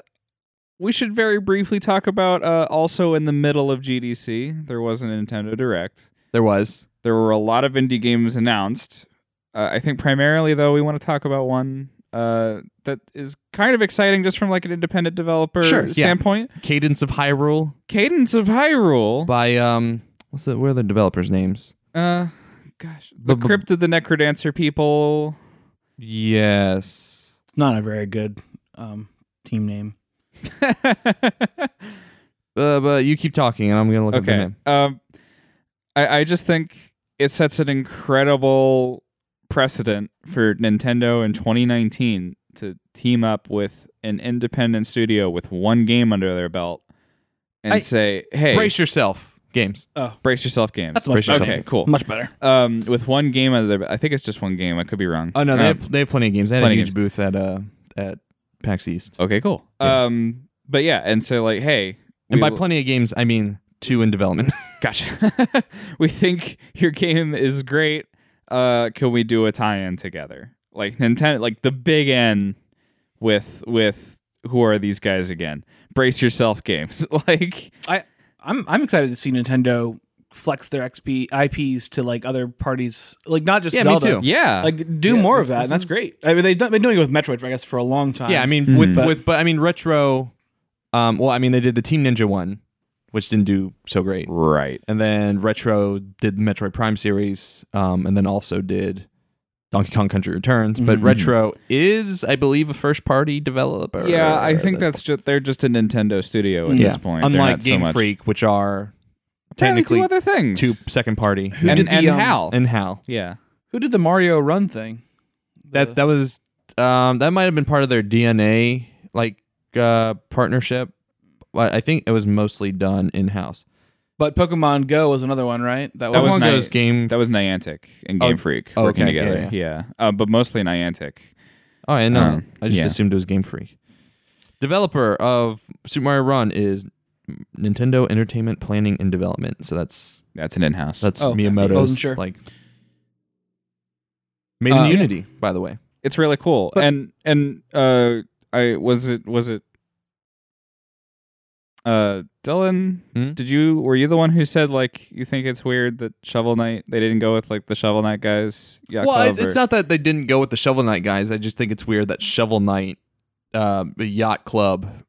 S2: we should very briefly talk about uh, also in the middle of GDC, there was a Nintendo Direct.
S1: There was.
S2: There were a lot of indie games announced. Uh, I think primarily, though, we want to talk about one uh, that is kind of exciting just from like an independent developer
S1: Sure, yeah.
S2: standpoint.
S1: Cadence of Hyrule
S2: Cadence of Hyrule.
S1: by um what's the what are the developers' names?
S2: Uh, gosh, the
S1: Bu- bu-
S2: Crypt of the Necrodancer people.
S1: Yes.
S3: Not a very good um, team name.
S1: Uh, but you keep talking and I'm gonna look up the
S2: okay.
S1: name.
S2: Um, I, I just think it sets an incredible precedent for Nintendo in 2019 to team up with an independent studio with one game under their belt and
S1: I-
S2: say, "Hey,
S1: Brace yourself. Games.
S2: brace yourself, games."
S3: That's much
S1: Brace
S3: better.
S2: okay, cool.
S3: Much better.
S2: Um, with one game under their, I think it's just one game. I could be wrong.
S1: Oh no,
S2: Um,
S1: they have, they have plenty of games. They had a
S2: plenty of
S1: huge booth at uh at PAX East.
S2: okay, cool.
S1: Yeah.
S2: Um, but yeah, and so like, hey,
S1: And
S2: we
S1: by
S2: will-
S1: plenty of games I mean two in development.
S2: Gotcha. we think your game is great. Uh, can we do a tie-in together? Like Nintendo, like the big N with with who are these guys again? Brace yourself, games. like
S3: I I'm I'm excited to see Nintendo flex their XP IPs to like other parties, like not just
S1: Yeah, me too.
S3: Zelda.
S2: yeah,
S3: Like do
S2: Yeah,
S3: more
S2: this
S3: of that,
S2: is-
S3: and that's great. I mean, they've done, been doing it with Metroid, I guess, for a long time.
S1: yeah, I mean
S2: Hmm.
S3: Hmm.
S1: with with but I mean retro um well I mean they did the Team Ninja one, which didn't do so great.
S2: right.
S1: and then Retro did the Metroid Prime series, um, and then also did Donkey Kong Country Returns. But
S3: Mhm.
S2: Mm-hmm.
S1: Retro is, I believe, a first party developer.
S2: Yeah, I think that's just they're just a Nintendo studio at
S1: yeah.
S2: this point. They're
S1: Unlike
S2: not so
S1: Game
S2: much-
S1: Freak, which are
S2: Apparently
S1: technically
S2: two other things.
S1: two second party,
S3: Who
S2: and
S3: did the,
S2: and
S3: um,
S2: Hal.
S1: and how
S2: yeah,
S3: Who did the Mario Run thing?
S1: that that was um, that might have been part of their DNA like uh, partnership. But I think it was mostly done in house.
S3: But Pokemon Go was another one, right?
S2: That
S1: Pokemon
S2: was
S1: Go's
S2: nice.
S1: game.
S2: that was Niantic and Game
S1: Oh,
S2: Freak
S1: oh,
S2: working
S1: okay, yeah,
S2: together. Yeah, Uh, but mostly Niantic.
S1: oh, I know.
S2: Um,
S1: I just
S2: yeah.
S1: assumed it was Game Freak. Developer of Super Mario Run is Nintendo Entertainment Planning and Development. So that's
S2: That's an in-house.
S1: that's
S3: Oh, okay.
S1: Miyamoto's
S3: Wasn't sure.
S1: like made in
S2: Uh,
S1: Unity, by the way.
S2: it's really cool.
S3: But-
S2: and and uh, I was it was it. Uh, Dylan,
S1: Hmm?
S2: did you were you the one who said like you think it's weird that Shovel Knight they didn't go with like the Shovel Knight guys? Yeah,
S1: well, it's, it's not that they didn't go with the Shovel Knight guys. I just think it's weird that Shovel Knight, uh, the Yacht Club,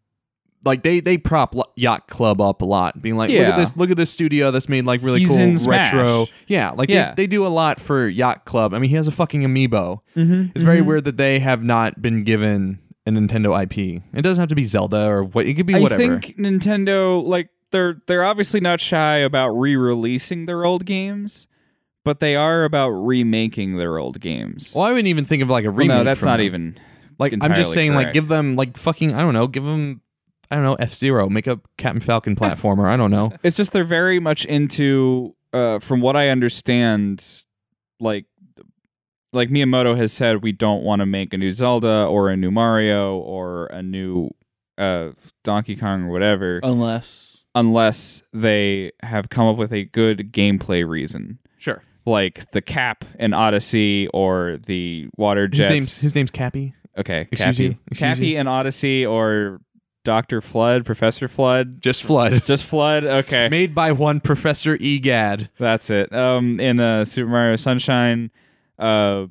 S1: like they they prop Lo- Yacht Club up a lot, being like, look
S2: Yeah.
S1: at this, look at this studio that's made like really
S2: He's
S1: cool
S2: in Smash.
S1: retro. Yeah, like
S2: Yeah.
S1: They, they do a lot for Yacht Club. I mean, he has a fucking amiibo.
S2: Mm-hmm.
S1: It's very weird that they have not been given a Nintendo IP. It doesn't have to be Zelda or what. It could be whatever.
S2: I think Nintendo like they're they're obviously not shy about re-releasing their old games, but they are about remaking their old games.
S1: well, I wouldn't even think of like a
S2: Well,
S1: remake.
S2: no, that's
S1: from
S2: not
S1: them.
S2: even.
S1: Like I'm just
S2: entirely
S1: saying, like
S2: correct.
S1: give them like fucking I don't know, give them I don't know F Zero, make a Captain Falcon platformer. I don't know.
S2: It's just they're very much into uh from what I understand like like Miyamoto has said we don't want to make a new Zelda or a new Mario or a new uh Donkey Kong or whatever
S3: Unless
S2: unless they have come up with a good gameplay reason.
S1: Sure.
S2: like the cap in Odyssey or the water
S1: His
S2: jets.
S1: name's his name's Cappy.
S2: okay,
S1: Excuse
S2: Cappy.
S1: you, excuse
S2: Cappy
S1: you.
S2: in Odyssey or Doctor Flood, Professor Flood,
S1: Just Flood.
S2: just Flood. Okay,
S1: Made by one Professor Egad.
S2: that's it. Um, in uh, Super Mario Sunshine, uh,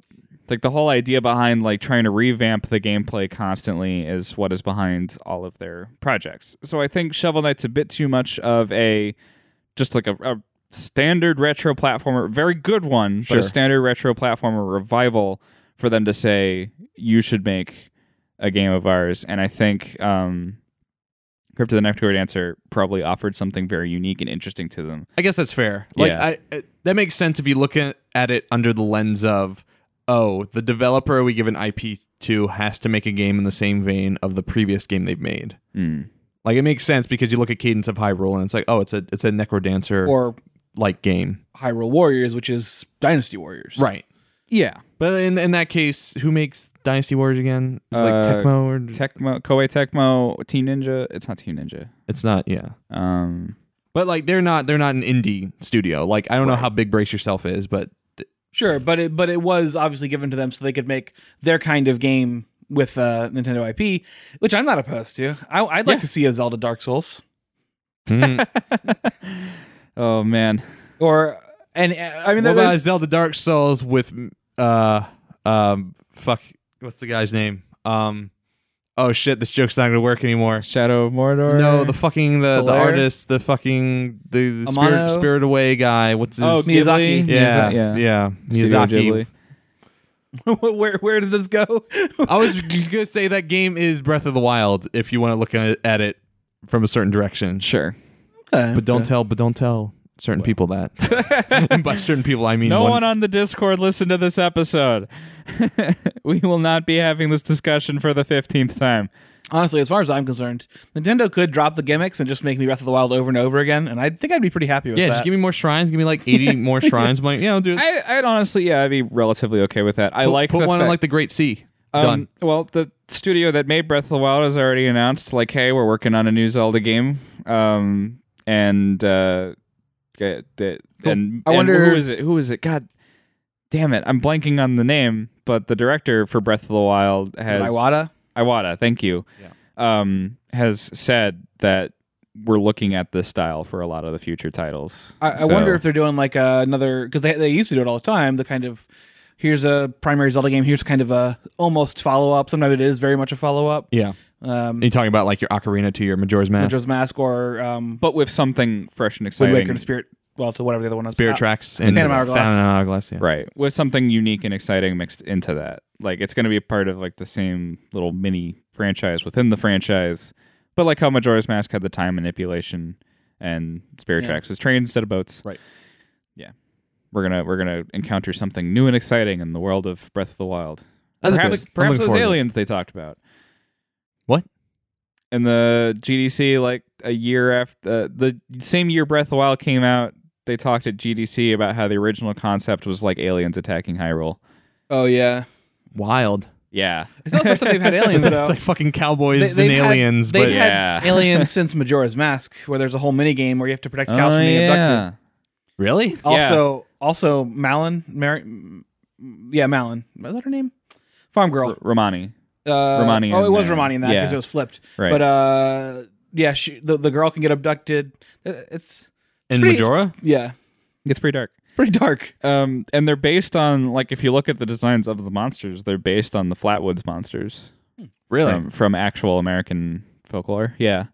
S2: like the whole idea behind like trying to revamp the gameplay constantly is what is behind all of their projects. So I think Shovel Knight's a bit too much of a just like a, a standard retro platformer, very good one,
S1: Sure.
S2: but a standard retro platformer revival for them to say you should make a game of ours. And I think um, Crypto the Nectar Dancer probably offered something very unique and interesting to them.
S1: I guess that's fair. Like
S2: Yeah.
S1: I, I that makes sense if you look at, at it under the lens of oh, the developer we give an IP to has to make a game in the same vein of the previous game they've made.
S2: Mm.
S1: Like it makes sense because you look at Cadence of Hyrule and it's like, oh, it's a it's a Necrodancer
S3: or
S1: like game.
S3: Hyrule Warriors, which is Dynasty Warriors.
S1: Right.
S2: Yeah.
S1: But in in that case, who makes Dynasty Warriors again? It's like
S2: Uh,
S1: Tecmo or
S2: Tecmo, Koei Tecmo, Team Ninja. It's not Team Ninja.
S1: it's not, yeah.
S2: Um,
S1: But like they're not they're not an indie studio. Like I don't know
S2: Right.
S1: how big Brace Yourself is, but
S3: Sure, but it but it was obviously given to them so they could make their kind of game with uh, Nintendo IP, which I'm not opposed to. I, I'd like
S2: Yeah.
S3: to see a Zelda Dark Souls
S1: mm,
S2: oh man,
S3: or and uh, I mean
S1: what
S3: there-
S1: about
S3: there's
S1: Zelda Dark Souls with uh um fuck what's the guy's name? Um oh shit, this joke's not gonna work anymore.
S2: Shadow of Mordor.
S1: No, the fucking the, the
S3: Solaire?
S1: artist, the fucking the, the spirit,
S3: Amano?
S1: spirit away guy. What's his
S2: oh
S3: Miyazaki.
S2: Ghibli.
S1: yeah, yeah,
S2: yeah.
S1: yeah.
S2: Studio
S1: Miyazaki.
S2: Ghibli.
S3: where where did this go?
S1: I was just gonna say that game is Breath of the Wild if you want to look at at it from a certain direction.
S2: Sure.
S1: But don't tell, but don't tell certain people that. and by certain people, I mean
S2: No
S1: one.
S2: one on the Discord listened to this episode. we will not be having this discussion for the fifteenth time.
S3: Honestly, as far as I'm concerned, Nintendo could drop the gimmicks and just make me Breath of the Wild over and over again, and I think I'd be pretty happy with
S1: yeah,
S3: that.
S1: just give me more shrines. Give me like eighty more shrines. I'm like, yeah, I'll do it.
S2: I, I'd honestly, yeah, I'd be relatively okay with that. I
S1: Put-
S2: like
S1: put
S2: the
S1: one on
S2: fact-
S1: like the Great Sea. Done.
S2: Um, well, the studio that made Breath of the Wild has already announced, like, hey, we're working on a new Zelda game. Um, and uh, g- d- and
S3: I
S2: and
S3: wonder-
S2: who is it? Who is it? God damn it! I'm blanking on the name, but the director for Breath of the Wild
S3: Is it
S2: has
S3: Iwata.
S2: Iwata, thank you. Um, has said that we're looking at this style for a lot of the future titles.
S3: I, I
S2: So-
S3: wonder if they're doing like uh, another because they they used to do it all the time. The kind of here's a primary Zelda game, here's kind of a almost follow up. Sometimes it is very much a follow up.
S1: Yeah,
S3: Um,
S1: you talking about like your Ocarina to your Majora's Mask,
S3: Majora's Mask or um,
S2: but with something fresh and
S3: Wind
S2: exciting.
S3: Waker and Spirit. Well, to whatever the other one is.
S1: Spirit
S3: Uh,
S1: Tracks, and
S3: Phantom Hourglass.
S1: Phantom Hourglass, yeah.
S2: right with something unique and exciting mixed into that like it's going to be a part of like the same little mini franchise within the franchise but like how majora's mask had the time manipulation and spirit
S3: Yeah.
S2: tracks was trains instead of boats
S1: Right.
S2: yeah we're gonna we're gonna encounter something new and exciting in the world of breath of the wild
S1: That's
S2: perhaps,
S1: good. I'm
S2: perhaps
S1: looking
S2: those
S1: forward to it.
S2: aliens they talked about
S1: What?
S2: in the gdc like a year after uh, the same year breath of the wild came out they talked at gdc about how the original concept was like aliens attacking hyrule
S3: Oh yeah,
S1: Wild.
S2: Yeah.
S3: It's not the first time they've had aliens
S1: It's,
S3: though.
S1: like fucking cowboys
S3: They-
S1: and
S3: they've had-
S1: aliens,
S3: they've
S1: but
S3: had
S2: Yeah.
S3: aliens since Majora's Mask, where there's a whole mini game where you have to protect cows
S2: Oh,
S3: from being
S2: yeah.
S3: abducted.
S1: really,
S2: Yeah.
S3: Also, also Malin, Mary, m- yeah, Malin. Is that her name? Farm girl.
S2: R- Romani.
S3: Uh,
S2: Romani
S3: Oh,
S2: in
S3: it was
S2: there.
S3: Romani in that because
S2: Yeah.
S3: it was flipped.
S2: Right.
S3: But uh, yeah, she, the the girl can get abducted. Uh, It's
S1: and
S3: Pretty-
S1: Majora.
S3: yeah,
S2: It's pretty dark.
S3: it's pretty dark.
S2: Um, and they're based on like if you look at the designs of the monsters, they're based on the Flatwoods monsters
S1: Really,
S3: Um,
S2: from, from actual American folklore. Yeah.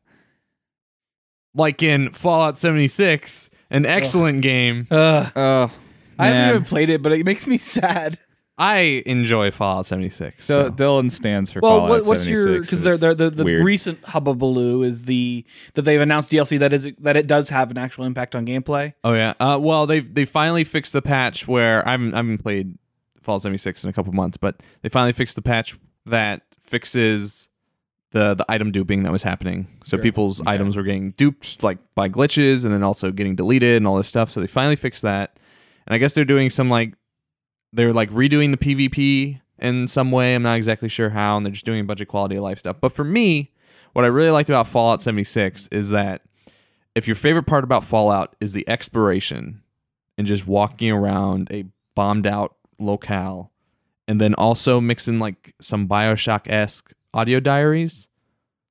S1: like in Fallout seventy six, an excellent game.
S3: Uh,
S2: Oh,
S3: I haven't even played it, but it makes me sad.
S1: I enjoy Fallout seventy six.
S2: So,
S1: So.
S2: Dylan stands for
S3: Well,
S2: Fallout
S3: what, what's
S2: 76.
S3: your because they're,
S2: It's
S3: they're, the the
S2: weird.
S3: recent hubbubaloo is the that they've announced DLC that is that it does have an actual impact on gameplay.
S1: oh yeah. Uh, well, they they finally fixed the patch where I haven't I haven't played Fallout seventy six in a couple months, but they finally fixed the patch that fixes the the item duping that was happening. So people's items were getting duped like by glitches, and then also getting deleted and all this stuff. So they finally fixed that, and I guess they're doing some like they're like redoing the PvP in some way. I'm not exactly sure how, and they're just doing a bunch of quality of life stuff. But for me, what I really liked about Fallout 76 is that if your favorite part about Fallout is the exploration and just walking around a bombed out locale, and then also mixing like some Bioshock esque audio diaries,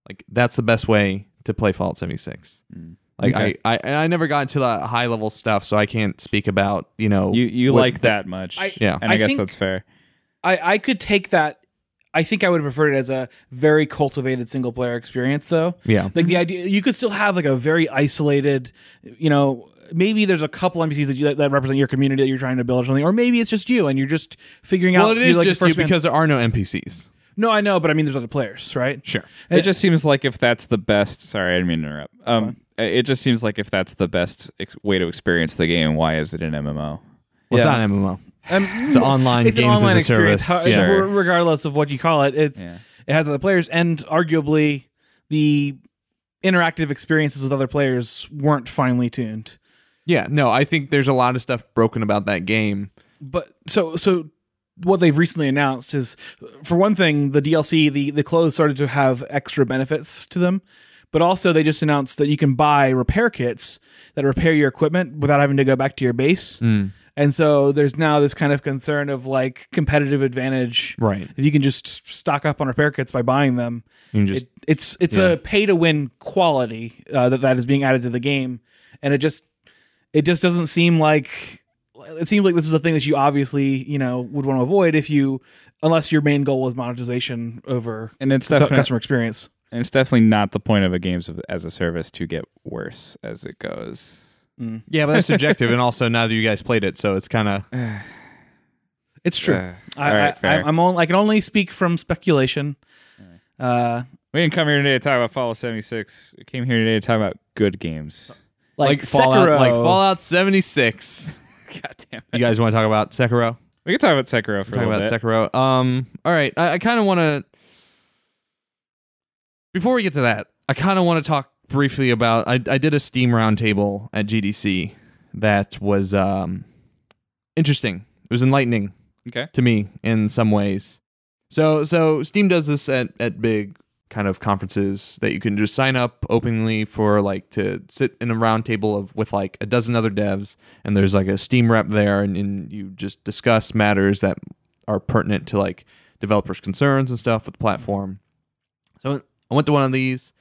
S1: like that's the best way to play Fallout 76.
S2: Mm.
S1: Like
S2: Okay.
S1: I, I, and I never got into the high level stuff, so I can't speak about you know
S2: you you
S1: what-
S2: like that much.
S3: I-
S1: Yeah.
S2: And I,
S3: I
S2: guess
S3: think-
S2: that's fair.
S3: I I could take that. I think I would have preferred it as a very cultivated single player experience, though.
S1: yeah
S3: Like the idea, you could still have like a very isolated, you know, maybe there's a couple NPCs that you that, that represent your community that you're trying to build or something, or maybe it's just you and you're just figuring
S1: Well,
S3: out.
S1: it
S3: you're
S1: is
S3: like the
S1: just you
S3: first man-
S1: because there are no NPCs.
S3: no, I know, but I mean, there's other players, right?
S1: Sure.
S2: It just seems like if that's the best. Sorry, I didn't mean to interrupt. Um, it just seems like if that's the best ex- way to experience the game, why is it an MMO?
S1: Well,
S2: Yeah.
S1: It's not an MMO.
S3: Um,
S1: It's an online
S3: it's an
S1: games
S3: online
S1: as a
S3: experience,
S1: service.
S3: how-
S1: yeah.
S2: Sure.
S3: re- regardless of what you call it. It's
S2: Yeah.
S3: it has other players, and arguably the interactive experiences with other players weren't finely tuned.
S1: yeah. No, I think there's a lot of stuff broken about that game.
S3: But so so what they've recently announced is, for one thing, the DLC the the clothes started to have extra benefits to them. But also, they just announced that you can buy repair kits that repair your equipment without having to go back to your base. And so there's now this kind of concern of like competitive advantage.
S1: Right.
S3: If you can just stock up on repair kits by buying them,
S1: You can just
S3: it, it's it's a pay to win quality uh, that that is being added to the game, and it just it just doesn't seem like it seems like this is a thing that you obviously you know would want to avoid if you unless your main goal was monetization over
S2: And it's
S3: cus-
S2: definitely
S3: customer experience.
S2: and it's definitely not the point of a games of, as a service to get worse as it goes.
S1: yeah, but that's subjective, and also neither of you guys played it, so it's kind of
S3: It's true.
S2: Uh,
S3: I,
S2: all right,
S3: I,
S2: fair.
S3: I, I'm on, I can only speak from speculation. Uh,
S2: we didn't come here today to talk about Fallout 76. We came here today to talk about good games.
S3: like,
S1: Fallout,
S3: Sekiro,
S1: like Fallout 76.
S2: God damn
S1: You
S2: it.
S1: guys want to talk about Sekiro?
S2: We can talk about Sekiro for a
S1: Talk
S2: little
S1: about
S2: bit.
S1: Sekiro. Um. All right. I, I kind of want to. Before we get to that, I kind of want to talk briefly about. I I did a Steam roundtable at GDC that was um interesting. It was enlightening.
S2: Okay.
S1: to me in some ways. So so Steam does this at at big kind of conferences that you can just sign up openly for like to sit in a round table of with like a dozen other devs and there's like a Steam rep there and, and you just discuss matters that are pertinent to like developers' concerns and stuff with the platform. So I went to one of these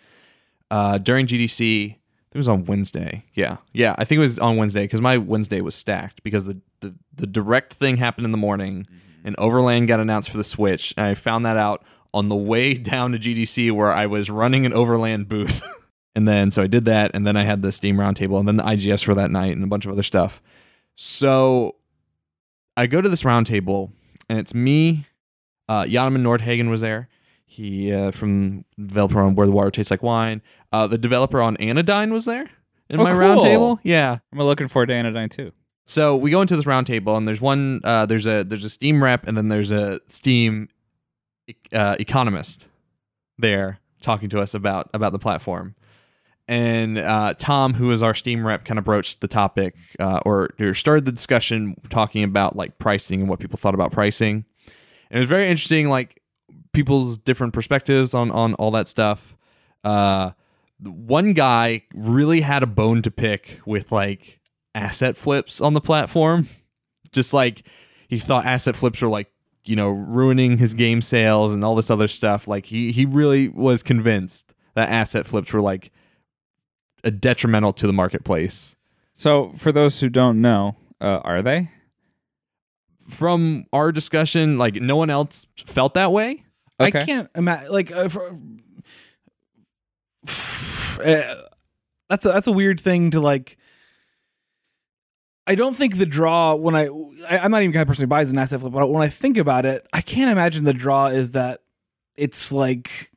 S1: uh, during GDC. I think it was on Wednesday. Yeah, yeah. I think it was on Wednesday because my Wednesday was stacked because the, the the direct thing happened in the morning, and Overland got announced for the Switch, and I found that out on the way down to GDC where I was running an Overland booth, and then so I did that, and then I had the Steam Roundtable, and then the IGS for that night, and a bunch of other stuff. So I go to this roundtable, and it's me. Uh, Yanaman Nordhagen was there. He uh, from developer on Where the Water Tastes Like Wine. Uh, the developer on Anodyne was there in
S2: Oh,
S1: my
S2: cool.
S1: roundtable. Yeah.
S2: I'm looking forward to Anodyne too.
S1: So we go into this roundtable, and there's one. Uh, there's a there's a Steam rep, and then there's a Steam e- uh, economist there talking to us about about the platform. And uh, Tom, who is our Steam rep, kind of broached the topic uh, or, or started the discussion talking about like pricing and what people thought about pricing. And it was very interesting. Like people's different perspectives on on all that stuff. Uh, one guy really had a bone to pick with like asset flips on the platform. Just like he thought asset flips were like you know ruining his game sales and all this other stuff. Like he he really was convinced that asset flips were like a detrimental to the marketplace.
S2: So, for those who don't know, uh, are they?
S1: From our discussion, like no one else felt that way.
S2: Okay.
S3: I can't imagine. Like, uh, for, uh, that's a, that's a weird thing to like. I don't think the draw when I, I am not even the kind of person who buys an asset flip, but when I think about it, I can't imagine the draw is that it's like,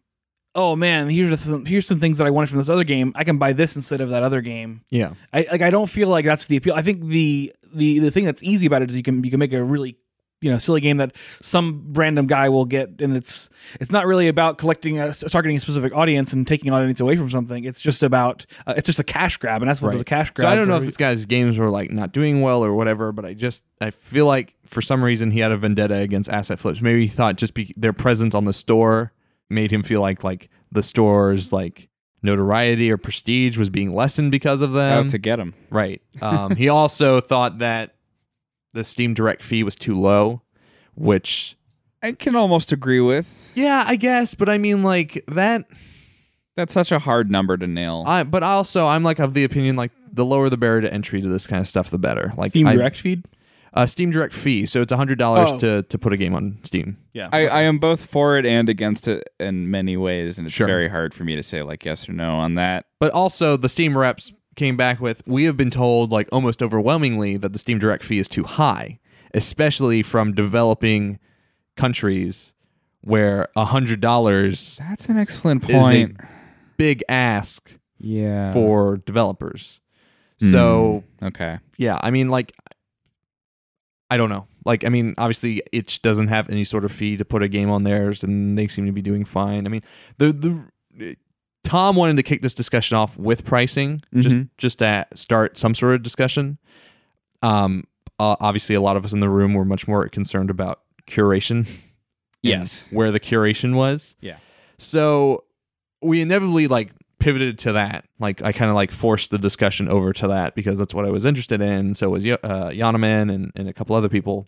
S3: oh man, here's some here's some things that I wanted from this other game. I can buy this instead of that other game.
S1: Yeah.
S3: I like I don't feel like that's the appeal. I think the the the thing that's easy about it is you can you can make a really you know silly game that some random guy will get, and it's it's not really about collecting a targeting a specific audience and taking audience away from something. It's just about uh, it's just a cash grab, and that's what it was a
S1: Right.
S3: cash
S1: So
S3: grab.
S1: I don't know if
S3: for-
S1: this guy's games were like not doing well or whatever, but I just I feel like for some reason he had a vendetta against asset flips. Maybe he thought just be, their presence on the store made him feel like like the store's like notoriety or prestige was being lessened because of
S2: How
S1: them.
S2: to get them?
S1: Right. Um, he also thought that the Steam Direct fee was too low, which
S2: I can almost agree with.
S1: yeah, I guess, but I mean like that
S2: That's such a hard number to nail.
S1: I but also I'm like of the opinion like the lower the barrier to entry to this kind of stuff the better. Like
S3: Steam
S1: I-
S3: direct feed.
S1: uh, Steam Direct fee. So it's hundred dollars
S3: Oh.
S1: to to put a game on Steam.
S3: Yeah,
S2: I, I am both for it and against it in many ways, and it's
S1: Sure.
S2: very hard for me to say like yes or no on that.
S1: But also the Steam reps came back with we have been told like almost overwhelmingly that the Steam Direct fee is too high, especially from developing countries where hundred dollars
S2: That's an excellent
S1: is a
S2: point.
S1: big ask
S2: Yeah. Hmm.
S1: for developers. So
S2: Okay.
S1: yeah, I mean like I don't know. Like I mean obviously itch doesn't have any sort of fee to put a game on theirs and they seem to be doing fine. I mean the the eh, Tom wanted to kick this discussion off with pricing just
S2: Mhm.
S1: just to start some sort of discussion. Um uh, obviously a lot of us in the room were much more concerned about curation and
S2: Yes.
S1: where the curation was.
S2: Yeah.
S1: So we inevitably like pivoted to that. Like I kind of like forced the discussion over to that because that's what I was interested in. So was Yo- uh, Yanaman and, and a couple other people.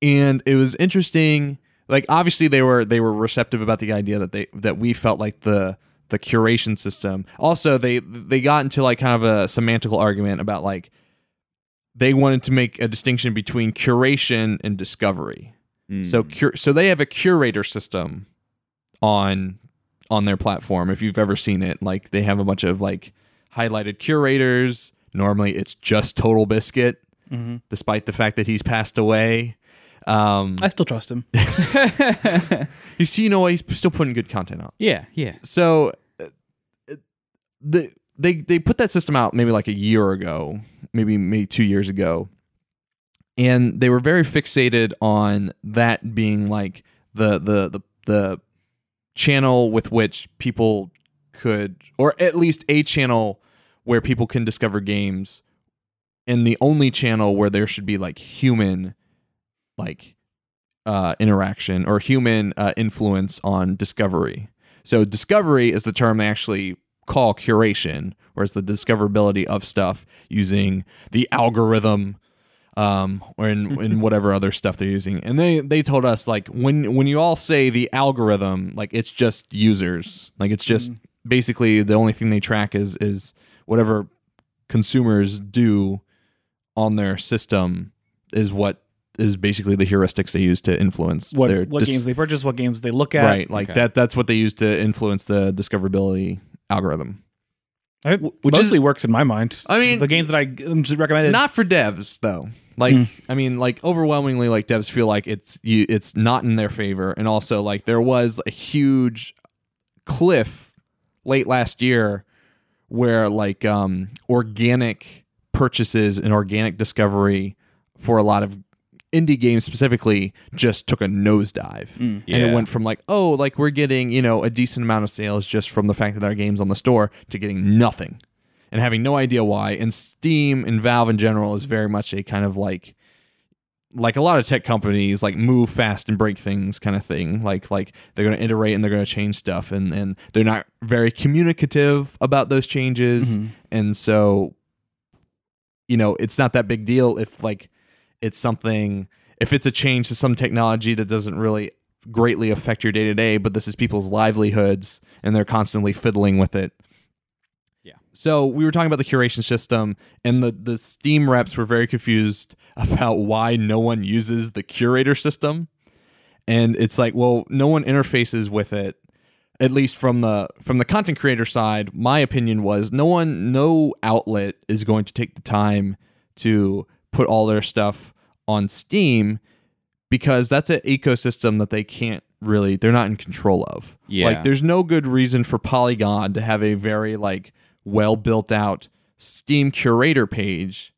S1: And it was interesting. Like obviously they were they were receptive about the idea that they that we felt like the the curation system. Also they they got into like kind of a semantical argument about like they wanted to make a distinction between curation and discovery.
S2: Mm.
S1: So cur- so they have a curator system on on their platform. If you've ever seen it, like they have a bunch of like highlighted curators. Normally, it's just Total Biscuit,
S3: hmm
S1: despite the fact that he's passed away. Um,
S3: I still trust him.
S1: he's you know he's still putting good content out.
S2: yeah, yeah.
S1: So uh, the they they put that system out maybe like a year ago, maybe maybe 2 years ago. And they were very fixated on that being like the the the the channel with which people could or at least a channel where people can discover games and the only channel where there should be like human like uh interaction or human uh, influence on discovery. So discovery is the term they actually call curation, whereas the discoverability of stuff using the algorithm um, or in, in whatever other stuff they're using. And they, they told us like when when you all say the algorithm, like it's just users. Like it's just
S3: Mm-hmm.
S1: basically the only thing they track is is whatever consumers do on their system is what is basically the heuristics they use to influence
S3: What
S1: their
S3: what
S1: dis-
S3: games they purchase, what games they look at.
S1: Right. Like
S2: Okay.
S1: that that's what they use to influence the discoverability algorithm.
S3: It
S1: which is-
S3: mostly works in my mind.
S1: I mean-
S3: the games that I um, just recommended.
S1: Not for devs though. Like
S3: Hmm.
S1: I mean like overwhelmingly like devs feel like it's you it's not in their favor and also like there was a huge cliff late last year where like um organic purchases and organic discovery for a lot of indie games specifically just took a nosedive. And it
S2: Yeah.
S1: went from like, oh, like we're getting, you know, a decent amount of sales just from the fact that our game's on the store to getting nothing and having no idea why. And Steam and Valve in general is very much a kind of like like a lot of tech companies like move fast and break things kind of thing like like they're going to iterate and they're going to change stuff and and they're not very communicative about those changes and so you know it's not that big deal if like it's something if it's a change to some technology that doesn't really greatly affect your day to day but this is people's livelihoods and they're constantly fiddling with it so we were talking about the curation system, and the, the Steam reps were very confused about why no one uses the curator system. And it's like, well, no one interfaces with it. At least from the from the content creator side, my opinion was no one, no outlet is going to take the time to put all their stuff on Steam because that's an ecosystem that they can't really they're not in control of.
S2: Yeah.
S1: Like there's no good reason for Polygon to have a very like well built out Steam curator page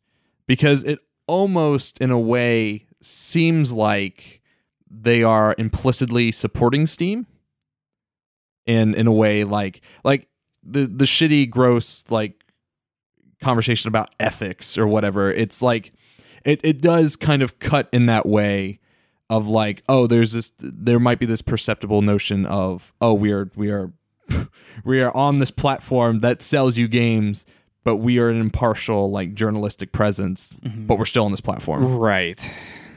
S1: because it almost in a way seems like they are implicitly supporting Steam in in a way like like the the shitty gross like conversation about ethics or whatever it's like it it does kind of cut in that way of like oh there's this there might be this perceptible notion of oh we are we are we are on this platform that sells you games but we are an impartial like journalistic presence but we're still on this platform
S2: Right.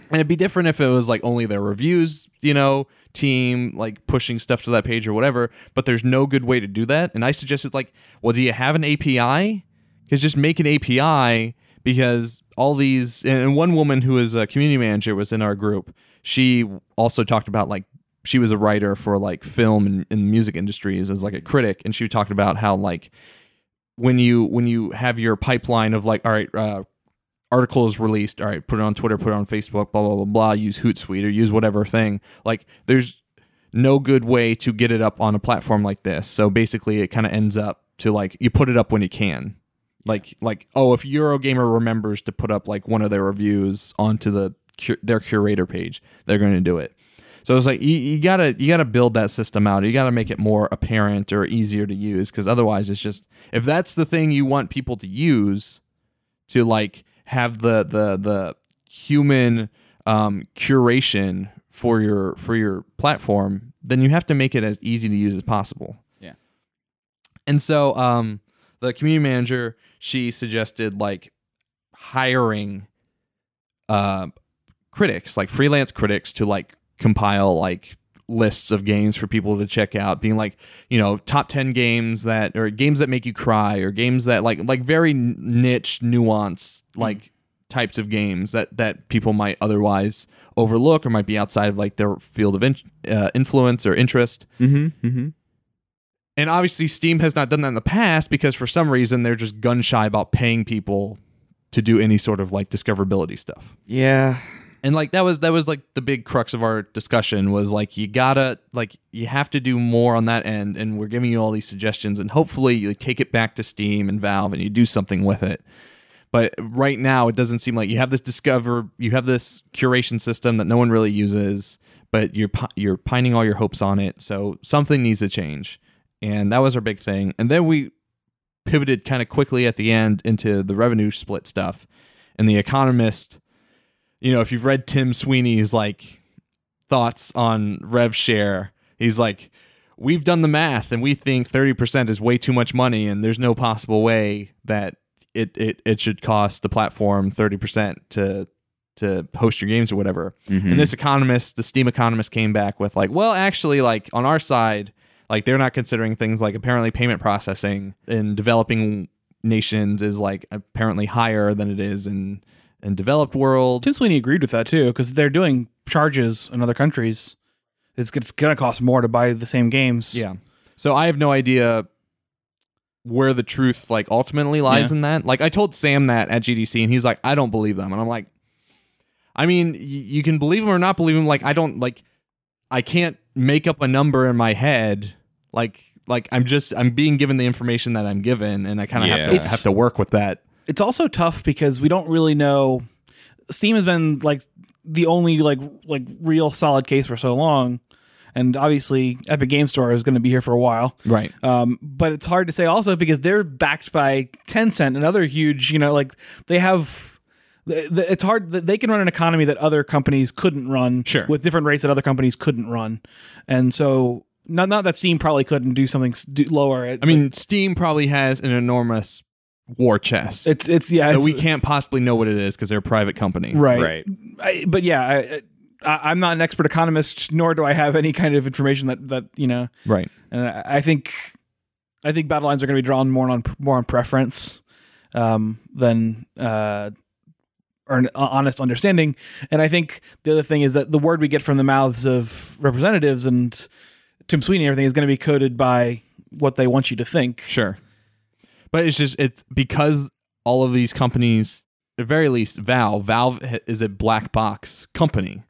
S1: and it'd be different if it was like only their reviews, you know, team like pushing stuff to that page or whatever. But there's no good way to do that. And I suggested like, well, do you have an API? Because just make an API because all these and one woman who is a community manager was in our group. She also talked about like she was a writer for like film and, and music industries as like a critic, and she talked about how like when you when you have your pipeline of like all right uh, article is released all right put it on twitter put it on facebook blah blah blah blah use hootsuite or use whatever thing like there's no good way to get it up on a platform like this so basically it kind of ends up to like you put it up when you can like like oh if eurogamer remembers to put up like one of their reviews onto the cu- their curator page they're going to do it so it's like you, you gotta you gotta build that system out. You gotta make it more apparent or easier to use because otherwise it's just if that's the thing you want people to use to like have the the the human um, curation for your for your platform, then you have to make it as easy to use as possible.
S2: Yeah.
S1: And so um, the community manager she suggested like hiring uh, critics, like freelance critics, to like compile like lists of games for people to check out, being like, you know, top ten games that or games that make you cry or games that like like very n- niche, nuanced like types of games that that people might otherwise overlook or might be outside of like their field of in, uh, influence or interest.
S2: Mm-hmm. Mm-hmm.
S1: And obviously, Steam has not done that in the past because for some reason they're just gun shy about paying people to do any sort of like discoverability stuff
S2: Yeah.
S1: and like that was that was like the big crux of our discussion was like you gotta like you have to do more on that end and we're giving you all these suggestions and hopefully you take it back to steam and valve and you do something with it but right now it doesn't seem like you have this discover you have this curation system that no one really uses but you're pi- you're pining all your hopes on it so something needs to change and that was our big thing and then we pivoted kind of quickly at the end into the revenue split stuff and the economist you know, if you've read Tim Sweeney's like thoughts on rev share, he's like, we've done the math and we think 30% is way too much money and there's no possible way that it, it, it should cost the platform 30% to to host your games or whatever.
S2: Mm-hmm. Hmm.
S1: And this economist, the Steam economist came back with like, well, actually like on our side, like they're not considering things like apparently payment processing in developing nations is like apparently higher than it is in in developed world.
S3: Tim Sweeney agreed with that too because they're doing charges in other countries. It's, it's gonna cost more to buy the same games.
S1: Yeah. So I have no idea where the truth like ultimately lies
S2: Yeah.
S1: in that. Like I told Sam that at GDC and he's like, I don't believe them. And I'm like, I mean, y- you can believe him or not believe him. Like I don't like I can't make up a number in my head. Like like I'm just I'm being given the information that I'm given and I kind of have
S2: Yeah.
S1: to
S2: It's-
S1: have to work with that.
S3: it's also tough because we don't really know steam has been like the only like like real solid case for so long and obviously epic game store is going to be here for a while
S1: Right.
S3: um, but it's hard to say also because they're backed by tencent another huge you know like they have th- th- it's hard that they can run an economy that other companies couldn't run
S1: Sure.
S3: with different rates that other companies couldn't run and so not not that steam probably couldn't do something s- do, lower it
S1: I mean, Steam probably has an enormous war chest
S3: it's it's yeah
S1: that
S3: it's,
S1: we can't possibly know what it is because they're a private company.
S3: right
S2: Right.
S3: I, but yeah I, I, i'm not an expert economist nor do i have any kind of information that that you know
S1: Right.
S3: and I, I think I think battle lines are going to be drawn more on more on preference um, than uh, or an ho- honest understanding. And I think the other thing is that the word we get from the mouths of representatives and Tim Sweeney and everything is going to be coded by what they want you to think.
S1: Sure. But it's just it's because all of these companies, at very least Valve, Valve h- is a black box company,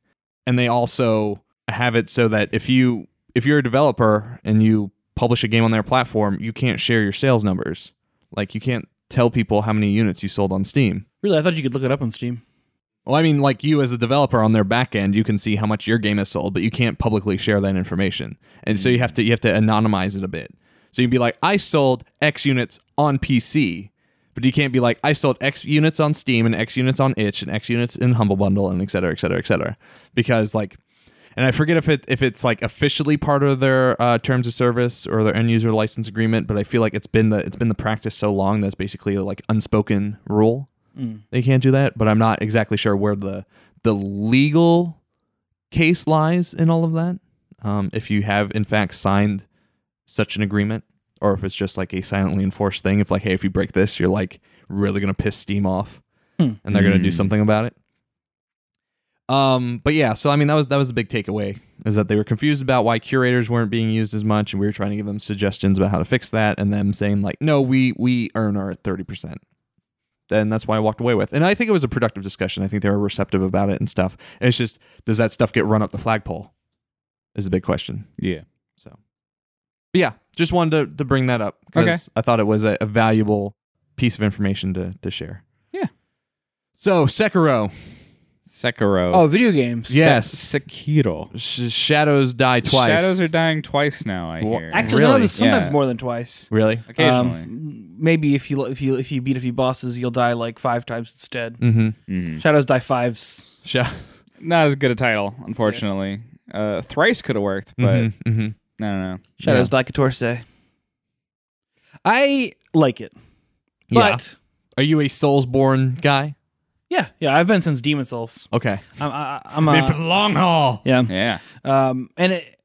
S1: and they also have it so that if you if you're a developer and you publish a game on their platform, you can't share your sales numbers. Like you can't tell people how many units you sold on Steam.
S3: Really, I thought you could look it up on Steam.
S1: Well, I mean, like you as a developer on their back end, you can see how much your game has sold, but you can't publicly share that information, and so you have to you have to anonymize it a bit. So you'd be like, I sold X units on PC, but you can't be like, I sold X units on Steam and X units on itch and X units in Humble Bundle and et cetera, et cetera, et cetera, because like, and I forget if it if it's like officially part of their uh, terms of service or their end user license agreement, but I feel like it's been the it's been the practice so long that's basically like unspoken rule they can't do that but i'm not exactly sure where the the legal case lies in all of that um, if you have in fact signed such an agreement or if it's just like a silently enforced thing if like hey if you break this you're like really gonna piss steam off
S3: Hmm.
S1: and they're gonna do
S2: Hmm.
S1: something about it um but yeah so i mean that was that was the big takeaway is that they were confused about why curators weren't being used as much and we were trying to give them suggestions about how to fix that and them saying like no we we earn our 30% and that's why I walked away with. And I think it was a productive discussion. I think they were receptive about it and stuff. And it's just, does that stuff get run up the flagpole? Is the big question.
S2: Yeah.
S1: But yeah, just wanted to, to bring that up because
S2: Okay.
S1: I thought it was a, a valuable piece of information to, to share.
S2: Yeah.
S1: So Sekiro,
S2: Sekiro.
S3: Oh, video games.
S1: Yeah. yes.
S2: Se- Sekiro.
S1: sh- shadows die twice.
S2: Shadows are dying twice now. I
S1: Well,
S2: hear.
S3: actually,
S1: Really?
S3: no, it's sometimes
S2: Yeah.
S3: more than twice.
S1: really.
S2: Occasionally.
S3: Um, maybe if you if you if you beat a few bosses, you'll die like five times instead.
S1: Mm-hmm.
S2: Mhm.
S3: Shadows die fives.
S1: Sha-
S2: Not as good a title, unfortunately. Uh, thrice could have worked, but
S1: mm-hmm, mm-hmm.
S2: I don't know.
S3: Shadows like a torso. I like it. But
S1: Are you a Soulsborne guy?
S3: yeah, yeah, I've been since Demon Souls.
S1: Okay.
S3: I'm, I, I'm
S1: Made for
S3: a,
S1: the long haul.
S3: yeah.
S2: Yeah.
S3: Um, and it,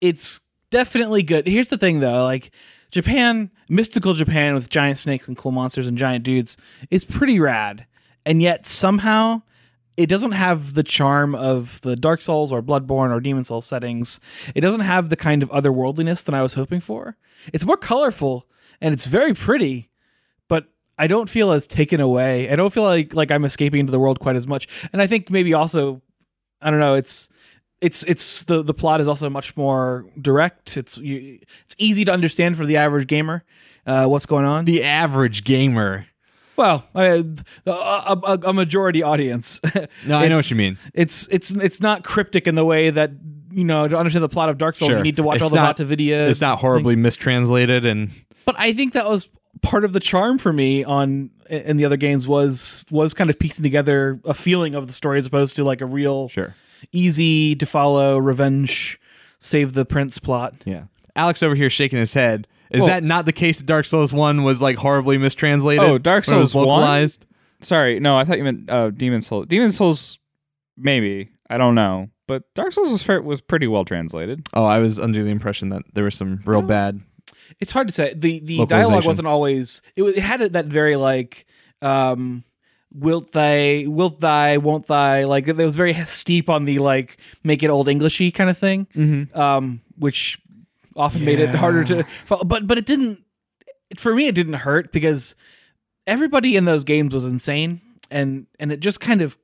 S3: it's definitely good. Here's the thing though, like Japan, mystical Japan with giant snakes and cool monsters and giant dudes is pretty rad. And yet somehow it doesn't have the charm of the Dark Souls or Bloodborne or Demon Souls settings. It doesn't have the kind of otherworldliness that I was hoping for. It's more colorful and it's very pretty, but I don't feel as taken away. I don't feel like like I'm escaping into the world quite as much. And I think maybe also I don't know, it's it's it's the the plot is also much more direct. It's you, it's easy to understand for the average gamer uh, what's going on.
S1: The average gamer.
S3: well, I, a, a, a majority audience.
S1: No, I know
S3: It's-
S1: what you mean.
S3: It's it's it's not cryptic in the way that you know to understand the plot of Dark Souls,
S1: Sure.
S3: you need to watch
S1: It's
S3: all the
S1: not-
S3: Vata
S2: Uh,
S3: videos.
S1: It's not horribly mistranslated and
S3: but I think that was part of the charm for me on in the other games was was kind of piecing together a feeling of the story as opposed to like a real
S1: sure.
S3: easy to follow revenge save the prince plot.
S1: Yeah. Alex over here shaking his head. Is
S2: Well-
S1: that not the case that Dark Souls 1 was like horribly mistranslated?
S2: Oh, Dark
S1: when it was
S2: Souls 1?
S1: localized?
S2: Sorry, no, I thought you meant uh, Demon Souls. Demon Souls, maybe I don't know, but Dark Souls was fair, was pretty well translated.
S1: Oh, I was under the impression that there was some real bad.
S3: it's hard to say the the dialogue
S1: Localization.
S3: wasn't always it, was, it had it that very like um wilt thy wilt thy won't thy like it was very steep on the like make it old englishy kind of thing um which often made it harder to fo- but but it didn't for me it didn't hurt because everybody in those games was insane and and it just kind of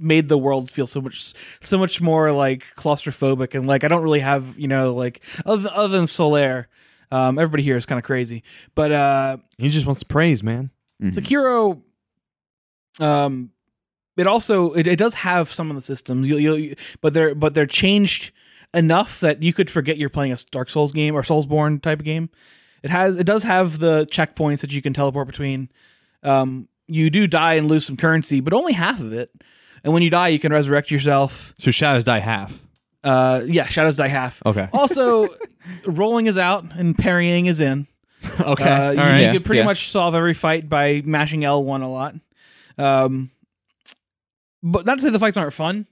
S3: made the world feel so much so much more like claustrophobic and like I don't really have you know like other, other than Solaire, um, everybody here is kind of crazy. But uh,
S1: He just wants praise, man.
S3: Sekiro, um, it also it, it does have some of the systems. You'll, you'll but they're but they're changed enough that you could forget you're playing a Dark Souls game or Soulsborne type of game. It has it does have the checkpoints that you can teleport between. Um, you do die and lose some currency, but only half of it. And when you die, you can resurrect yourself.
S1: So shadows die half.
S3: Uh, yeah, shadows die half.
S1: Okay.
S3: Also, rolling is out and parrying is in.
S1: okay.
S3: Uh, you,
S1: All right.
S3: you
S2: Yeah,
S3: could pretty
S2: yeah.
S3: much solve every fight by mashing L1 a lot. Um, but not to say the fights aren't fun.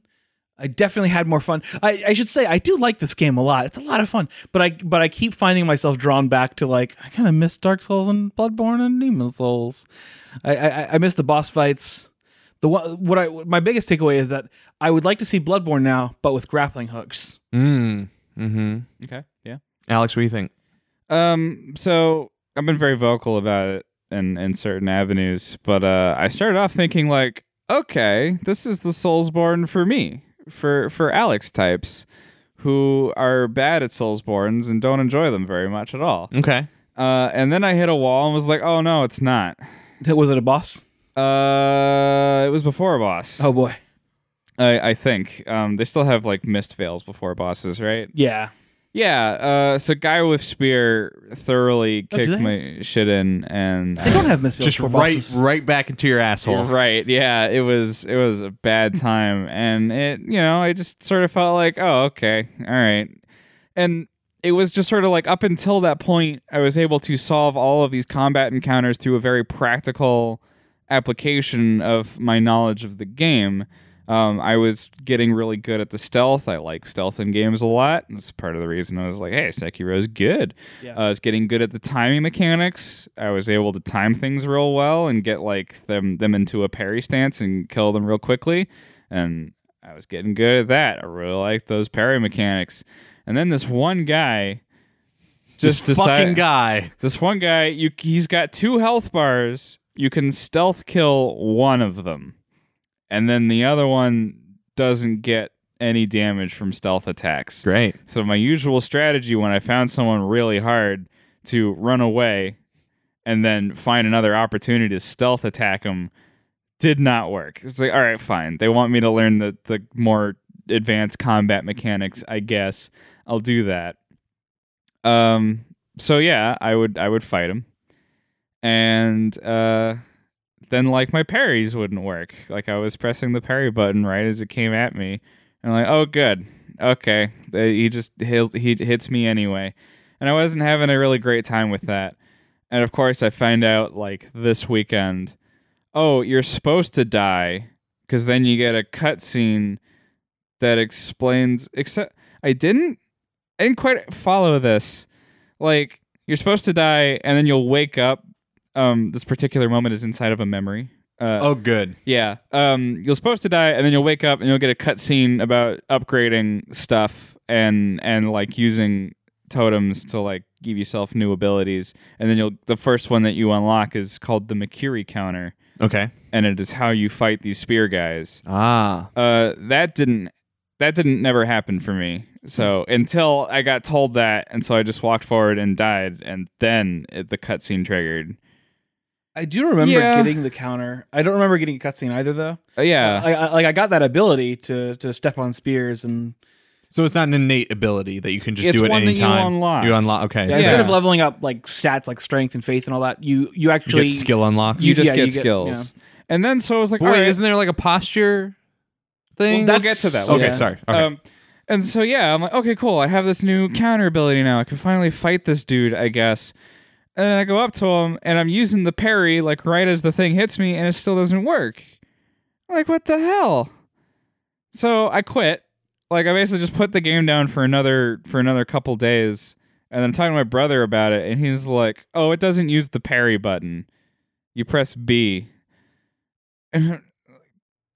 S3: I definitely had more fun. I, I should say I do like this game a lot. It's a lot of fun. But I but I keep finding myself drawn back to like I kind of miss Dark Souls and Bloodborne and Demon Souls. I, I I miss the boss fights. The one- what I my biggest takeaway is that I would like to see Bloodborne now, but with grappling hooks.
S1: Mm. Hmm.
S2: Okay. Yeah.
S1: Alex, what do you think?
S2: Um, so I've been very vocal about it in, in certain avenues, but uh, I started off thinking like, okay, this is the Soulsborne for me, for for Alex types who are bad at Soulsborns and don't enjoy them very much at all.
S1: Okay.
S2: Uh, and then I hit a wall and was like, oh no, it's not.
S3: Was it a boss?
S2: Uh, it was before a boss.
S3: Oh boy.
S2: I, I think. Um, they still have like mist veils before bosses, right?
S3: Yeah.
S2: Yeah. Uh, so guy with spear thoroughly
S3: Oh, do
S2: kicked
S3: they?
S2: my shit in, and
S3: They don't have misfields
S1: Just
S3: for
S1: right,
S3: bosses.
S1: right back into your asshole.
S2: right. Yeah. It was it was a bad time, and it you know I just sort of felt like oh okay all right, and it was just sort of like up until that point I was able to solve all of these combat encounters through a very practical application of my knowledge of the game. Um, I was getting really good at the stealth. I like stealth in games a lot. That's part of the reason I was like, "Hey, Sekiro's good." Uh,
S3: Yeah.
S2: I was getting good at the timing mechanics. I was able to time things real well and get like them them into a parry stance and kill them real quickly. And I was getting good at that. I really liked those parry mechanics. And then this one guy
S1: This
S2: just decided
S1: fucking guy.
S2: this one guy you he's got two health bars. You can stealth kill one of them. And then the other one doesn't get any damage from stealth attacks.
S1: Great.
S2: So my usual strategy when I found someone really hard to run away and then find another opportunity to stealth attack them did not work. It's like, all right, fine. They want me to learn the, the more advanced combat mechanics, I guess. I'll do that. Um so yeah, I would I would fight him. And uh then like my parries wouldn't work. Like I was pressing the parry button right as it came at me. And like, oh good okay Uh, he just he, he hits me anyway and i wasn't having a really great time with that and of course i find out like this weekend oh you're supposed to die because then you get a cutscene that explains except i didn't i didn't quite follow this like you're supposed to die and then you'll wake up um this particular moment is inside of a memory uh,
S1: Oh, good.
S2: yeah. Um, you're supposed to die, and then you'll wake up and you'll get a cutscene about upgrading stuff and and like using totems to like give yourself new abilities. And then you'll the first one that you unlock is called the Makiri counter,
S1: Okay.
S2: and it is how you fight these spear guys.
S1: Ah.
S2: Uh, that didn't that didn't never happen for me. So until I got told that, and so I just walked forward and died, and then it, the cutscene triggered.
S3: I do remember
S2: Yeah.
S3: getting the counter. I don't remember getting a cutscene either, though.
S2: Uh, yeah.
S3: I, I, like I got that ability to to step on spears and
S1: So it's not an innate ability that you can just
S2: It's
S1: do at
S2: one
S1: any
S2: that you
S1: time.
S2: unlock.
S1: You unlock. Okay.
S3: yeah,
S1: so
S3: instead
S2: Yeah.
S3: of leveling up like stats like strength and faith and all that, you you
S1: you
S3: actually
S1: get skill unlocks.
S2: you just
S3: yeah,
S2: get
S3: you get-
S2: skills.
S3: yeah.
S2: And then so I was like,
S1: Wait,
S2: all right,
S1: isn't there like a posture thing?
S3: Well, that's-
S2: we'll get to that.
S3: yeah.
S1: okay. Sorry. Okay.
S2: Um, and so yeah, I'm like, okay, cool. I have this new counter ability now. I can finally fight this dude, I guess. And then I go up to him, and I'm using the parry like right as the thing hits me, and it still doesn't work. I'm like, what the hell? So I quit. Like I basically just put the game down for another for another couple days, and then I'm talking to my brother about it, and he's like, "Oh, it doesn't use the parry button. You press B." And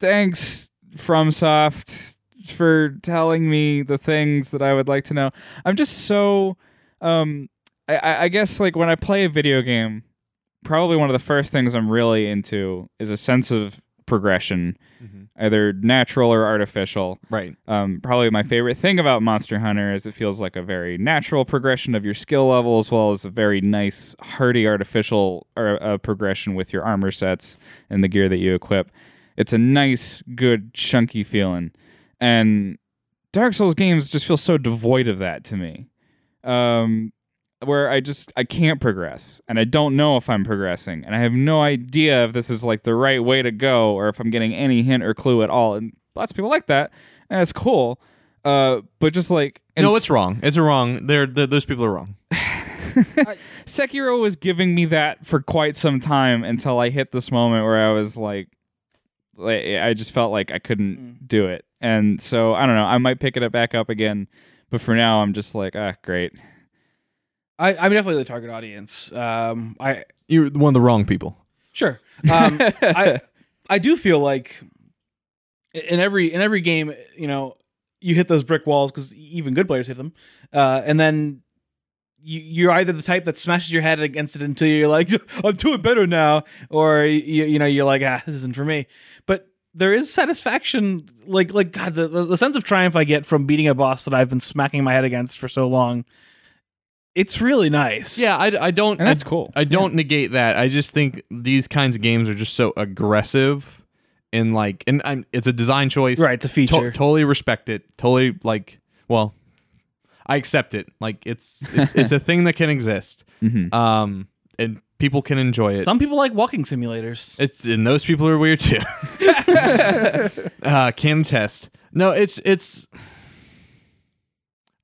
S2: thanks FromSoft for telling me the things that I would like to know. I'm just so um I- I, I guess like when I play a video game, probably one of the first things I'm really into is a sense of progression,
S1: Mhm.
S2: either natural or artificial.
S1: Right.
S2: Um, probably my favorite thing about Monster Hunter is it feels like a very natural progression of your skill level, as well as a very nice, hearty, artificial uh, uh, progression with your armor sets and the gear that you equip. It's a nice, good, chunky feeling, and Dark Souls games just feel so devoid of that to me. Um, where I just I can't progress and I don't know if I'm progressing and I have no idea if this is like the right way to go or if I'm getting any hint or clue at all. And lots of people like that, and that's cool. Uh, but just like
S1: no,
S2: it's
S1: it's wrong. It's wrong. They're, they those people are wrong.
S2: Sekiro was giving me that for quite some time until I hit this moment where I was like, like I just felt like I couldn't
S3: Mm.
S2: do it, and so I don't know. I might pick it up back up again, but for now I'm just like, ah, great.
S3: I, I'm definitely the target audience. Um, I
S1: You're one of the wrong people.
S3: sure. Um, I I do feel like in every in every game, you know, you hit those brick walls because even good players hit them, uh, and then you, you're either the type that smashes your head against it until you're like, I'm doing better now, or you, you know, you're like, ah, this isn't for me. But there is satisfaction, like like God, the, the the sense of triumph I get from beating a boss that I've been smacking my head against for so long. It's really nice.
S1: Yeah, I, I don't.
S2: And that's
S1: I-
S2: cool.
S1: I don't negate that. I just think these kinds of games are just so aggressive, and like, and I'm, it's a design choice,
S3: right. The
S1: To-
S3: feature.
S1: totally respect it. Totally like, well, I accept it. Like, it's it's, it's a thing that can exist,
S2: Mm-hmm.
S1: um, and people can enjoy it.
S3: Some people like walking simulators.
S1: It's and those people are weird too. uh, can test. No, it's it's.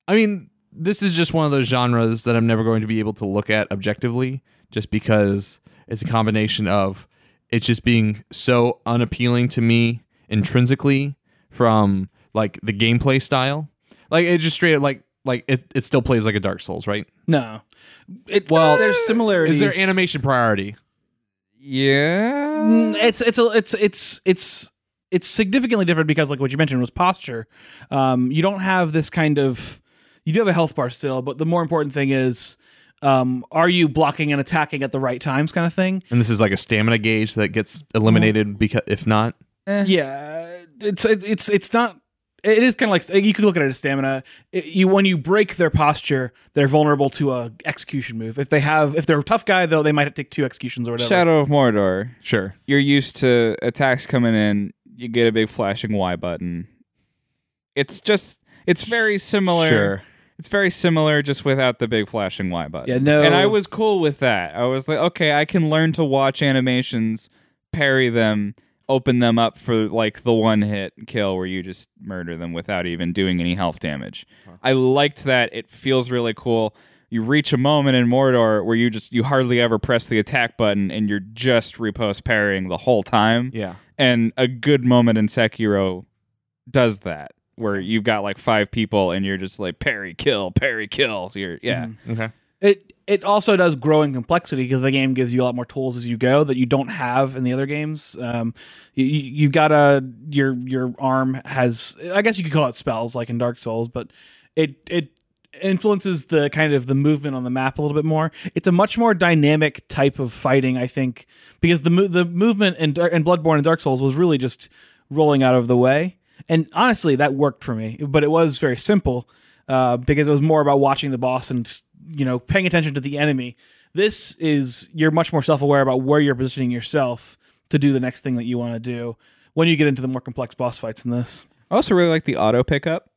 S1: I mean, this is just one of those genres that I'm never going to be able to look at objectively, just because it's a combination of it's just being so unappealing to me intrinsically from like the gameplay style. Like it just straight like like it, it still plays like a Dark Souls, right?
S3: No. It,
S1: Well,
S3: well, there's
S1: Is
S3: similarities.
S1: there animation priority?
S2: Yeah.
S3: Mm, It's it's a, it's it's it's it's significantly different because like what you mentioned was posture. Um, you don't have this kind of you do have a health bar still, but the more important thing is um, are you blocking and attacking at the right times kind of thing.
S1: And this is like a stamina gauge that gets eliminated because if not,
S3: Yeah, Uh, it's it- it's it's not. It is kind of like you could look at it as stamina. It- you when you break their posture, they're vulnerable to a execution move. If they have if they're a tough guy though, they might take two executions or whatever.
S2: Shadow of Mordor.
S1: sure.
S2: You're used to attacks coming in. You get a big flashing Y button. It's just. It's very similar.
S1: Sure.
S2: It's very similar, just without the big flashing Y button.
S3: Yeah, no.
S2: And I was cool with that. I was like, okay, I can learn to watch animations, parry them, open them up for like the one hit kill where you just murder them without even doing any health damage. I liked that. It feels really cool. You reach a moment in Mordor where you just you hardly ever press the attack button and you're just repost parrying the whole time
S1: Yeah.
S2: and a good moment in Sekiro does that where you've got like five people and you're just like parry kill parry kill So you're yeah
S1: Okay.
S3: It it also does grow in complexity because the game gives you a lot more tools as you go that you don't have in the other games. Um, you, you- you've got a your your arm has I guess you could call it spells like in Dark Souls, but it it influences the kind of the movement on the map a little bit more. It's a much more dynamic type of fighting, I think, because the mo- the movement in Dar- in Bloodborne and Dark Souls was really just rolling out of the way, and honestly, that worked for me. But it was very simple uh, because it was more about watching the boss and you know paying attention to the enemy. This is you're much more self aware about where you're positioning yourself to do the next thing that you want to do when you get into the more complex boss fights in this.
S2: i also really like the auto pickup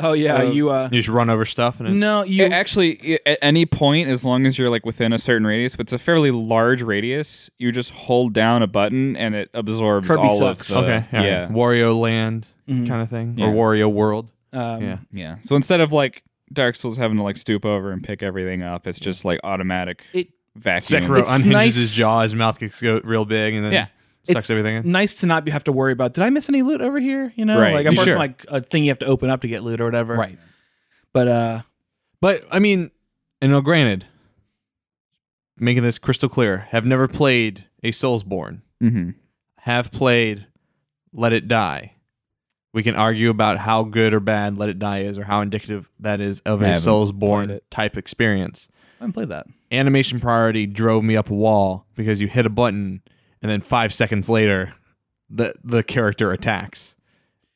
S3: Oh yeah,
S2: Uh,
S3: you uh
S1: You just run over stuff and it,
S3: no you
S2: It actually i- at any point as long as you're like within a certain radius but it's a fairly large radius you just hold down a button and it absorbs
S3: Kirby
S2: all
S3: sucks.
S2: of the
S1: okay, yeah.
S2: yeah
S1: Wario Land
S3: Mhm.
S1: kind of thing
S2: Yeah.
S1: or Wario World.
S3: um,
S1: yeah.
S2: yeah so instead of like dark souls having to like stoop over and pick everything up it's just like automatic
S3: It-
S2: vacuum
S1: Sekiro
S3: It's
S1: unhinges
S3: nice-
S1: his jaw, his mouth gets go real big, and then
S2: Yeah.
S1: sucks
S3: It's-
S1: everything in.
S3: nice to not be, have to worry about did I miss any loot over here? You know,
S2: Right,
S3: like I'm
S1: sure.
S3: like a thing you have to open up to get loot or whatever. But uh
S1: But I mean, and no, granted, making this crystal clear, have never played a Soulsborne.
S2: mm-hmm.
S1: Have played Let It Die. We can argue about how good or bad Let It Die is, or how indicative that is of
S2: I
S1: a
S2: haven't played
S1: Soulsborne
S2: it.
S1: type experience.
S3: I haven't played that.
S1: animation priority drove me up a wall because you hit a button and then five seconds later the the character attacks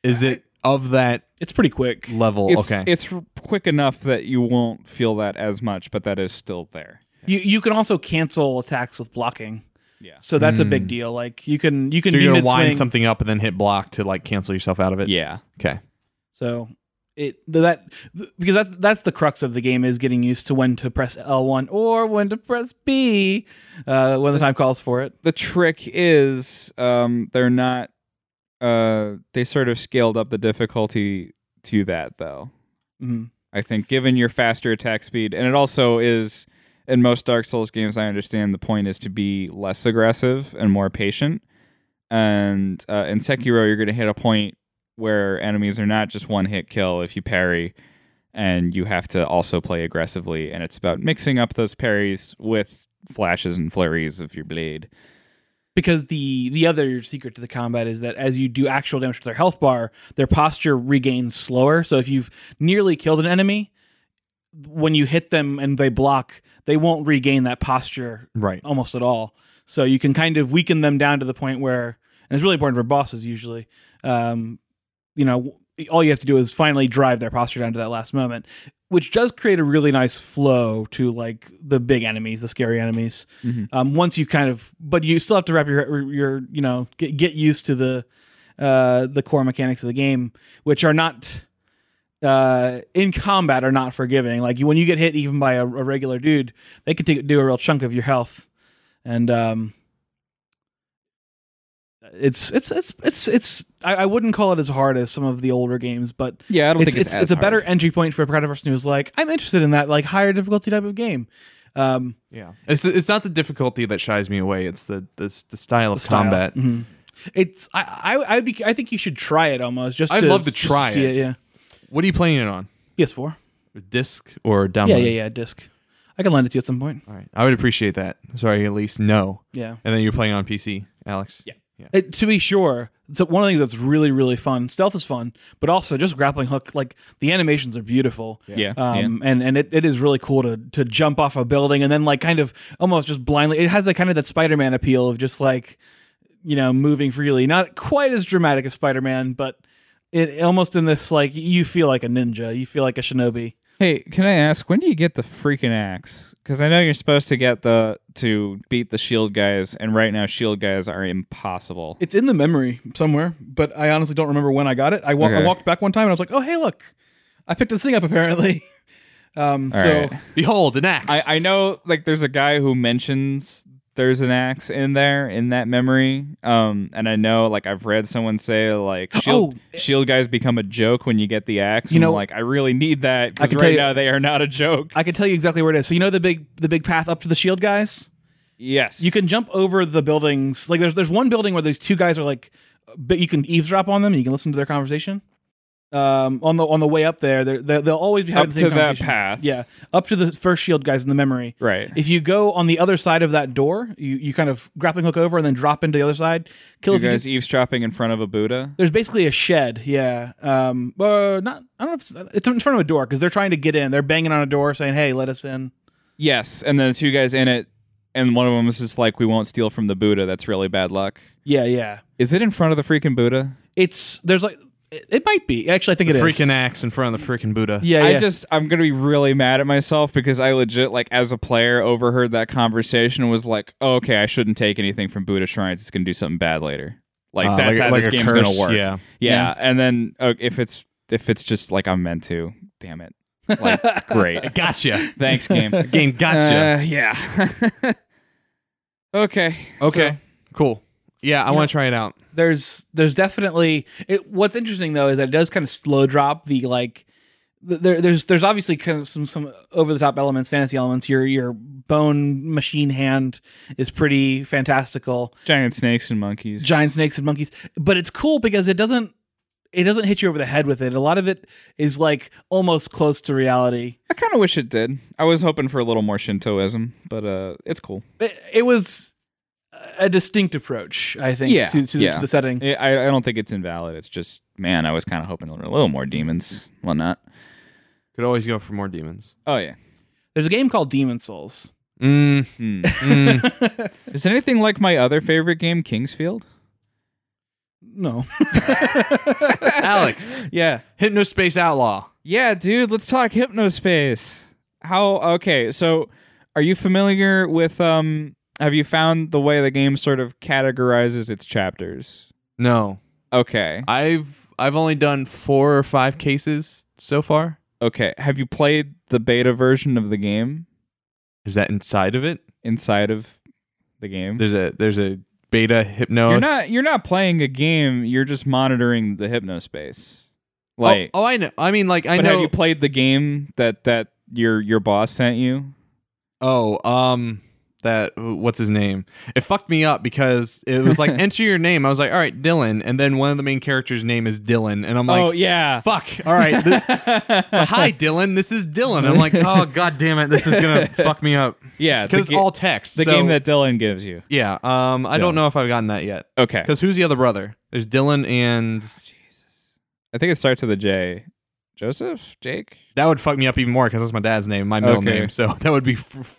S1: is it of that
S3: It's pretty quick.
S1: level
S2: it's
S1: okay
S2: it's quick enough that you won't feel that as much, but that is still there.
S3: You you can also cancel attacks with blocking.
S2: Yeah.
S3: So that's a
S1: Hmm.
S3: big deal. Like you can you can
S1: so
S3: be
S1: you're gonna
S3: mid
S1: wind
S3: swing.
S1: something up and then hit block to like cancel yourself out of it
S2: Yeah.
S1: okay
S3: So it that because that's that's the crux of the game is getting used to when to press L1 or when to press B uh, when the time calls for it.
S2: the trick is um, they're not uh, they sort of scaled up the difficulty to that though
S3: Mhm.
S2: i think given your faster attack speed and it also is in most dark souls games i understand the point is to be less aggressive and more patient and uh, in sekiro you're going to hit a point where enemies are not just one hit kill if you parry and you have to also play aggressively and it's about mixing up those parries with flashes and flurries of your blade
S3: Because the the other secret to the combat is that as you do actual damage to their health bar, their posture regains slower. So if you've nearly killed an enemy, when you hit them and they block, they won't regain that posture
S1: Right.
S3: almost at all. So you can kind of weaken them down to the point where, and it's really important for bosses usually. Um, you know, all you have to do is finally drive their posture down to that last moment, which does create a really nice flow to like the big enemies, the scary enemies.
S2: Mhm.
S3: Um, once you kind of, but you still have to wrap your your you know get get used to the uh, the core mechanics of the game, which are not uh, in combat are not forgiving. Like you, when you get hit even by a, a regular dude, they can take, do a real chunk of your health, and um, it's it's it's it's it's. I, I wouldn't call it as hard as some of the older games, but
S2: Yeah, I don't
S3: it's
S2: think
S3: it's,
S2: it's
S3: it's, a better entry point for a kind of person who's like, I'm interested in that like higher difficulty type of game. Um,
S1: Yeah. It's it's not the difficulty that shies me away. It's the the, the style of
S3: style.
S1: combat.
S3: Mhm. It's I I I'd be I think you should try it almost just.
S1: I'd
S3: to,
S1: love to
S3: just
S1: try
S3: see
S1: it.
S3: Yeah.
S1: What are you playing it on?
S3: PS4.
S1: Disc or download?
S3: Yeah, yeah, yeah. Disc. I can lend it to you at some point.
S1: All right. I would appreciate that. Sorry, at least no.
S3: Yeah.
S1: And then you're playing on PC, Alex. Yeah. Yeah.
S3: Uh, to be sure, so one of the things that's really really fun. Stealth is fun, but also just grappling hook. Like the animations are beautiful.
S2: Yeah.
S3: Um, and and it, it is really cool to to jump off a building and then like kind of almost just blindly. It has that kind of that Spider Man appeal of just like, you know, moving freely. Not quite as dramatic as Spider Man, but it almost in this like you feel like a ninja. You feel like a shinobi.
S2: hey, can I ask when do you get the freaking axe? Because I know you're supposed to get the to beat the shield guys, and right now shield guys are impossible.
S3: It's in the memory somewhere, but I honestly don't remember when I got it. I, wa- I
S2: Okay.
S3: walked back one time and I was like, oh hey look, I picked this thing up apparently. um,
S2: All
S3: so.
S2: right.
S1: Behold an axe.
S2: I I know like there's a guy who mentions there's an axe in there in that memory, um, and I know like I've read someone say like shield shield guys become a joke when you get the axe.
S3: Oh, eh. You
S2: and I'm
S3: know-
S2: like I really need that because
S3: can tell
S2: right
S3: you-
S2: now they are not a joke.
S3: I can tell you exactly where it is. So you know the big the big path up to the shield guys.
S2: yes,
S3: You can jump over the buildings. Like there's there's one building where these two guys are like, but you can eavesdrop on them. and You can listen to their conversation. Um, on the on the way up there, they're, they they'll always be having
S2: up
S3: the same
S2: to that
S3: conversation.
S2: path.
S3: Yeah, up to the first shield guys in the memory.
S2: right.
S3: If you go on the other side of that door, you, you kind of grappling hook over and then drop into the other side. Kill
S2: You
S3: a few
S2: guys eavesdropping in front of a Buddha.
S3: there's basically a shed yeah um uh, not i don't know if it's, it's in front of a door because they're trying to get in they're banging on a door saying hey let us in
S2: Yes, and then the two guys in it, and one of them is just like, "We won't steal from the Buddha. That's really bad luck."
S3: yeah yeah
S2: Is it in front of the freaking Buddha?
S3: it's there's like it, it might be actually I think it is
S1: freaking axe in front of the freaking Buddha.
S3: yeah yeah
S2: I just I'm gonna be really mad at myself because I legit like as a player overheard that conversation and was like, oh, "Okay, I shouldn't take anything from Buddha shrines. It's gonna do something bad later." Like
S1: Uh,
S2: that's
S1: like-
S2: how
S1: like
S2: this
S1: a
S2: game's
S1: curse,
S2: gonna work.
S1: yeah.
S2: yeah. And then uh, if it's if it's just like I'm meant to, damn it. Like great.
S1: Gotcha.
S2: Thanks, game.
S1: Game gotcha.
S2: Uh, yeah. okay.
S1: okay. cool. Yeah, I want to try it out.
S3: there's there's definitely it, what's interesting though is that it does kind of slow drop the like th- there, there's there's obviously kind of some some over the top elements fantasy elements your your bone machine hand is pretty fantastical
S2: Giant snakes and monkeys.
S3: giant snakes and monkeys but it's cool because it doesn't it doesn't hit you over the head with it a lot of it is like almost close to reality
S2: I kind of wish it did. I was hoping for a little more Shintoism, but uh, it's cool.
S3: it, it was a distinct approach i think
S2: Yeah,
S3: to, to,
S2: yeah.
S3: to the setting
S2: I, I I don't think it's invalid. It's just, man, I was kind of hoping a little more demons, whatnot.
S1: Could always go for more demons.
S2: Oh yeah.
S3: there's a game called demon souls
S1: Mm,
S2: Hmm.
S1: mm.
S2: Is it anything like my other favorite game, Kingsfield?
S3: No.
S1: Alex,
S2: Yeah.
S1: Hypnospace Outlaw.
S2: Yeah, dude. Let's talk Hypnospace. How? Okay. So, are you familiar with? Um, have you found the way the game sort of categorizes its chapters?
S1: No,
S2: Okay.
S1: I've I've only done four or five cases so far?
S2: Okay. Have you played the beta version of the game
S1: Is that inside of it?
S2: inside of the game?
S1: There's a there's a beta hypno.
S2: you're not you're not playing a game, you're just monitoring the hypnospace. Like
S1: oh, oh, I know. I mean, like I
S2: but
S1: know.
S2: have you played the game that that your your boss sent you?
S1: oh, um, that what's his name? It fucked me up because it was like enter your name. I was like, all right, Dylan, and then one of the main characters' name is Dylan, and I'm like,
S2: oh yeah.
S1: fuck. All right, th- hi Dylan, this is Dylan. I'm like, oh god damn it, this is gonna fuck me up
S2: Yeah, the,
S1: because it's
S2: ga-
S1: all text.
S2: the
S1: so-
S2: game that Dylan gives you.
S1: yeah. Um, I
S2: Dylan.
S1: don't know if I've gotten that yet.
S2: Okay.
S1: Because who's the other brother? There's Dylan and
S2: I think it starts with a J. Joseph? Jake?
S1: that would fuck me up even more because that's my dad's name, my middle
S2: Okay.
S1: name. So that would be. f- f-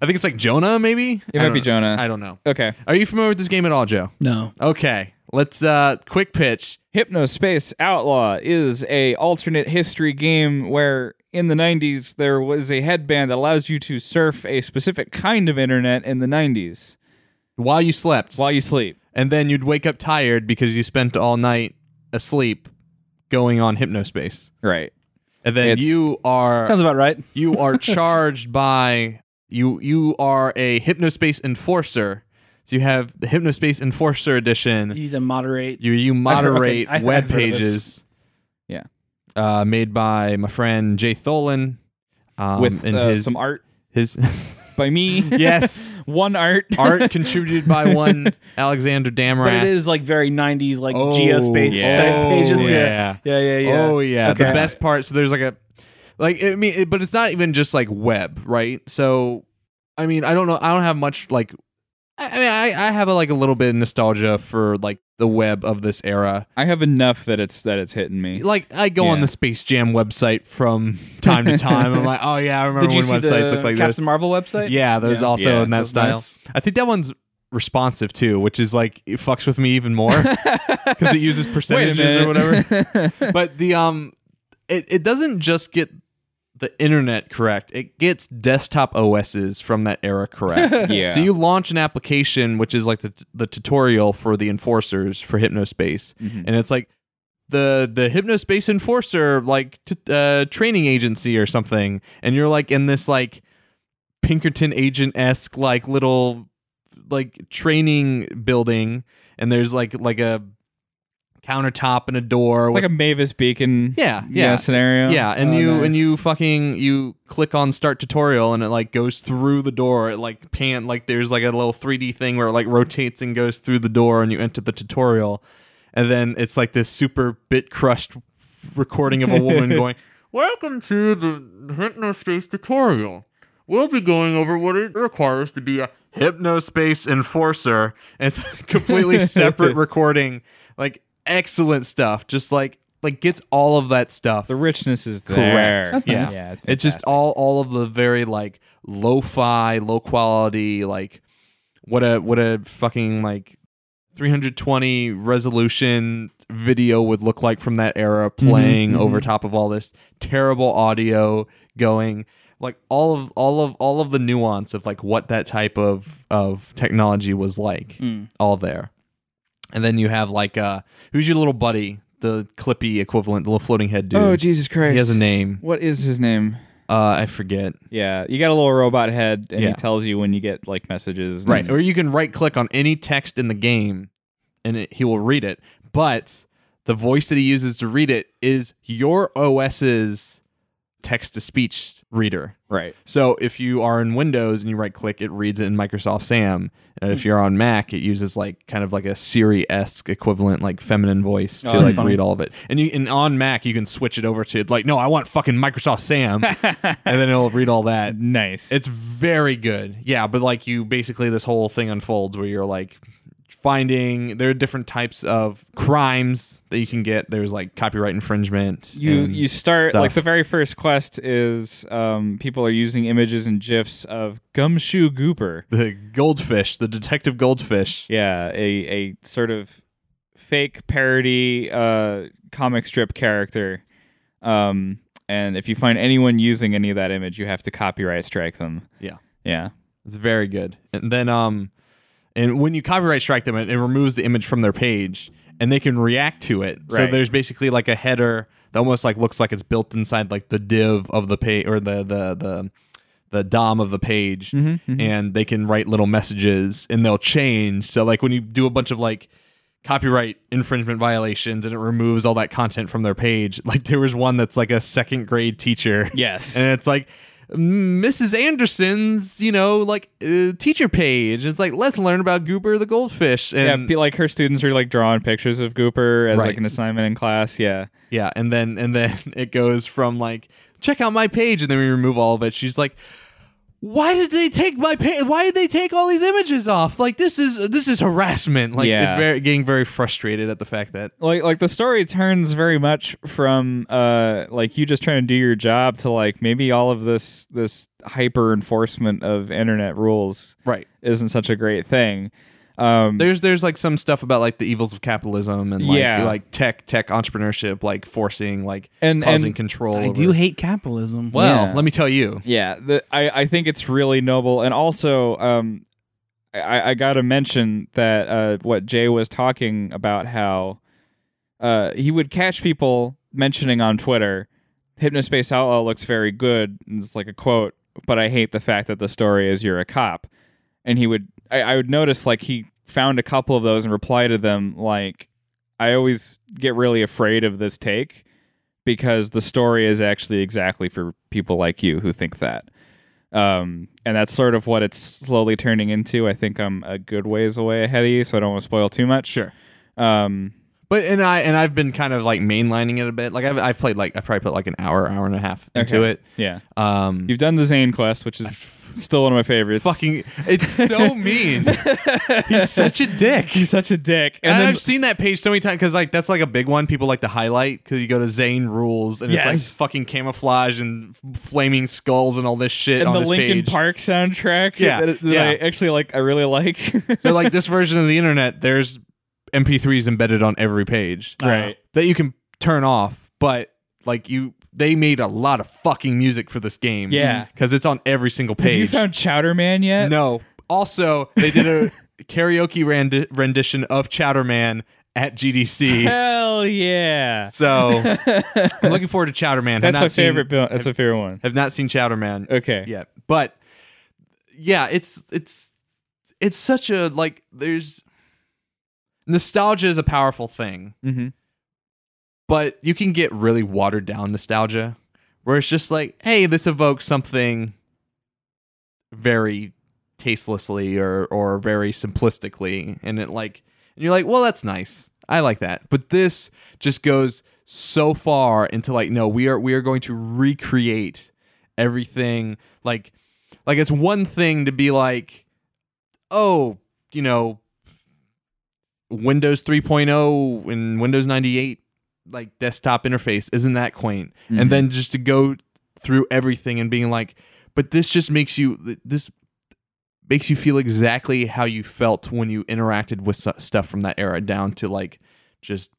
S1: I think it's like Jonah, maybe.
S2: It
S1: I
S2: might
S1: don't
S2: be
S1: know.
S2: Jonah.
S1: I don't know.
S2: Okay.
S1: Are you familiar with this game at all, Joe?
S3: No.
S1: Okay, let's uh quick pitch.
S2: Hypnospace Outlaw is a alternate history game where in the 90s there was a headband that allows you to surf a specific kind of internet in the 90s
S1: While you slept,
S2: while you sleep.
S1: and then you'd wake up tired because you spent all night asleep, going on hypnospace,
S2: Right.
S1: and then
S2: It's-
S1: you are
S3: Sounds about right.
S1: you are charged by you you are a hypnospace enforcer. So you have the hypnospace enforcer edition.
S3: You need to moderate.
S1: You you
S3: heard- okay,
S1: moderate
S3: I- I've
S1: web
S3: heard of this.
S1: pages.
S2: Yeah.
S1: Uh, made by my friend Jay Tholen. Um,
S2: With
S1: and
S2: uh,
S1: his,
S2: some art
S1: his
S2: by me.
S1: yes
S2: One art.
S1: art contributed by one Alexander Damrath.
S3: but it is like very 90s, like
S1: Oh,
S3: geospace
S2: yeah.
S3: type pages.
S1: Oh,
S3: yeah.
S1: yeah.
S3: Yeah, yeah, yeah.
S1: Oh yeah, the
S3: Okay.
S1: best part. So there's like a, like I mean, it, but it's not even just like web, right? So, I mean, I don't know. I don't have much like. I I mean, I, I have a, like a little bit of nostalgia for like the web of this era.
S2: I have enough that it's that it's hitting me.
S1: Like I go on
S2: Yeah.
S1: the Space Jam website from time to time. I'm like, oh yeah, I remember
S3: Did you
S1: when
S3: see the
S1: websites look like
S3: Captain
S1: this.
S3: Marvel website?
S1: Yeah, there's
S2: Yeah.
S1: also
S2: Yeah,
S1: in that
S3: that's
S1: style.
S3: nice.
S1: I think that one's responsive too, which is like it fucks with me even more because it uses percentages or whatever. But the um, it it doesn't just get the internet correct; it gets desktop OSs from that era correct.
S2: yeah.
S1: So you launch an application, which is like the the tutorial for the enforcers for Hypnospace,
S2: Mhm.
S1: and it's like the the Hypnospace enforcer like t- uh, training agency or something, and you're like in this like Pinkerton agent esque like little like training building, and there's like like a countertop and a door
S2: It's
S1: with
S2: like a Mavis Beacon
S1: Yeah,
S2: yeah,
S1: yeah.
S2: scenario.
S1: yeah, and
S3: Oh,
S1: you
S3: nice.
S1: and you fucking you click on start tutorial and it like goes through the door. It like pan like there's like a little 3D thing where it like rotates and goes through the door and you enter the tutorial. And then it's like this super bit crushed recording of a woman going,
S4: Welcome to the Hypnospace tutorial. We'll be going over what it requires to be a
S1: Hypnospace Enforcer. And it's a completely separate recording. Like excellent stuff. Just like like gets all of that stuff.
S2: Uh, The richness is there.
S1: Correct.
S3: That's
S1: yeah.
S3: nice.
S2: Yeah, it's
S1: just
S2: fantastic.
S1: all all of the very like lo-fi, low quality, like what a what a fucking like 320 resolution video would look like from that era
S2: Mm-hmm,
S1: playing over top of all this terrible audio going like all of all of all of the nuance of like what that type of of technology was like
S2: Mm.
S1: all there and then you have like uh who's your little buddy the clippy equivalent the little floating head dude
S2: Oh Jesus Christ.
S1: he has a name
S2: What is his name?
S1: uh, I forget.
S2: Yeah, you got a little robot head, and he
S1: Yeah.
S2: tells you when you get like messages. and-
S1: Or you can right click on any text in the game and it, he will read it. But the voice that he uses to read it is your OS's text to speech reader.
S2: right.
S1: So if you are in Windows and you right click, it reads it in Microsoft SAM. And if you're on Mac, it uses like kind of like a Siri esque equivalent, like feminine voice to
S2: that's
S1: like
S3: funny.
S1: read all of it. And you and on Mac, you can switch it over to like, no, I want fucking Microsoft SAM. and then it'll read all that.
S2: Nice.
S1: It's very good. Yeah, but like you basically this whole thing unfolds where you're like finding there are different types of crimes that you can get. There's like copyright infringement.
S2: you
S1: and
S2: you start like the
S1: stuff.
S2: very first quest is um, people are using images and gifs of Gumshoe Gooper.
S1: the goldfish, the detective goldfish.
S2: Yeah, a a sort of fake parody uh, comic strip character. Um, and if you find anyone using any of that image, you have to copyright strike them.
S1: Yeah.
S2: Yeah.
S1: It's very good. And then um and when you copyright strike them, it, it removes the image from their page and they can react to it. So
S2: Right.
S1: there's basically like a header that almost like looks like it's built inside like the div of the page or the the the the DOM of the page, and they can write little messages and they'll change. So like when you do a bunch of like copyright infringement violations and it removes all that content from their page, like there was one that's like a second grade teacher.
S2: Yes.
S1: And it's like Mrs. Anderson's, you know, like uh, teacher page. It's like let's learn about Goober the goldfish.
S2: yeah,
S1: And
S2: be- like her students are like drawing pictures of Gooper as
S1: Right.
S2: like an assignment in class. Yeah.
S1: Yeah, and then and then it goes from like check out my page, and then we remove all of it. She's like, "Why did they take my page? Why did they take all these images off? Like this is this is harassment." Like
S2: Yeah.
S1: it very, getting very frustrated at the fact that
S2: like like the story turns very much from uh like you just trying to do your job to like maybe all of this this hyper enforcement of internet rules
S1: right
S2: isn't such a great thing. Um
S1: there's there's like some stuff about like the evils of capitalism and like
S2: Yeah.
S1: like tech tech entrepreneurship like forcing like
S2: And-
S1: causing
S2: and
S1: control.
S3: I
S1: over-
S3: do hate capitalism.
S1: Well,
S2: Yeah.
S1: let me tell you.
S2: yeah, the, I I think it's really noble and also um I I got to mention that uh what Jay was talking about how uh he would catch people mentioning on Twitter Hypnospace Outlaw looks very good. And it's like a quote, but I hate the fact that the story is you're a cop. And he would, I, I would notice like he found a couple of those and replied to them like, I always get really afraid of this take because the story is actually exactly for people like you who think that. Um, and that's sort of what it's slowly turning into. I think I'm a good ways away ahead of you, so I don't want to spoil too much.
S1: Sure.
S2: Um,
S1: But and I and I've been kind of like mainlining it a bit. Like I've I've played like I probably put like an hour hour and a half into
S2: Okay.
S1: it.
S2: yeah.
S1: Um,
S2: You've done the Zane quest, which is still one of my favorites.
S1: fucking it's so mean he's such a dick
S2: He's such a dick.
S1: and,
S2: And, then
S1: I've seen that page so many times because like that's like a big one people like to highlight because you go to Zane rules and it's
S2: Yes.
S1: like fucking camouflage and flaming skulls and all this shit
S2: and
S1: on
S2: the
S1: his
S2: Linkin
S1: page.
S2: Park soundtrack.
S1: Yeah,
S2: that, that I
S1: yeah.
S2: actually like. I really like.
S1: so like this version of the internet, there's MP3s embedded on every page
S2: right.
S1: that you can turn off, but like you. They made a lot of fucking music for this game.
S2: Yeah.
S1: Because it's on every single
S2: Have you
S1: page.
S2: found Chowder Man yet?
S1: No. Also, they did a karaoke rendi- rendition of Chowderman at GDC.
S2: Hell yeah.
S1: So I'm looking forward to Chowderman. Have
S2: That's
S1: not
S2: my
S1: seen-
S2: favorite. Bill. That's my favorite one.
S1: Have not seen Chowderman
S2: Okay.
S1: yet, but yeah, it's it's it's such a like. There's nostalgia is a powerful thing,
S2: Mhm.
S1: but you can get really watered down nostalgia, where it's just like, hey, this evokes something very tastelessly or or very simplistically, and it like, and you're like, well, that's nice, I like that, but this just goes so far into like, no, we are we are going to recreate everything, like, like it's one thing to be like, oh, you know. Windows 3.0 and Windows 98 like desktop interface isn't that quaint
S2: Mm-hmm.
S1: and then just to go through everything and being like but this just makes you th- this makes you feel exactly how you felt when you interacted with su- stuff from that era down to like just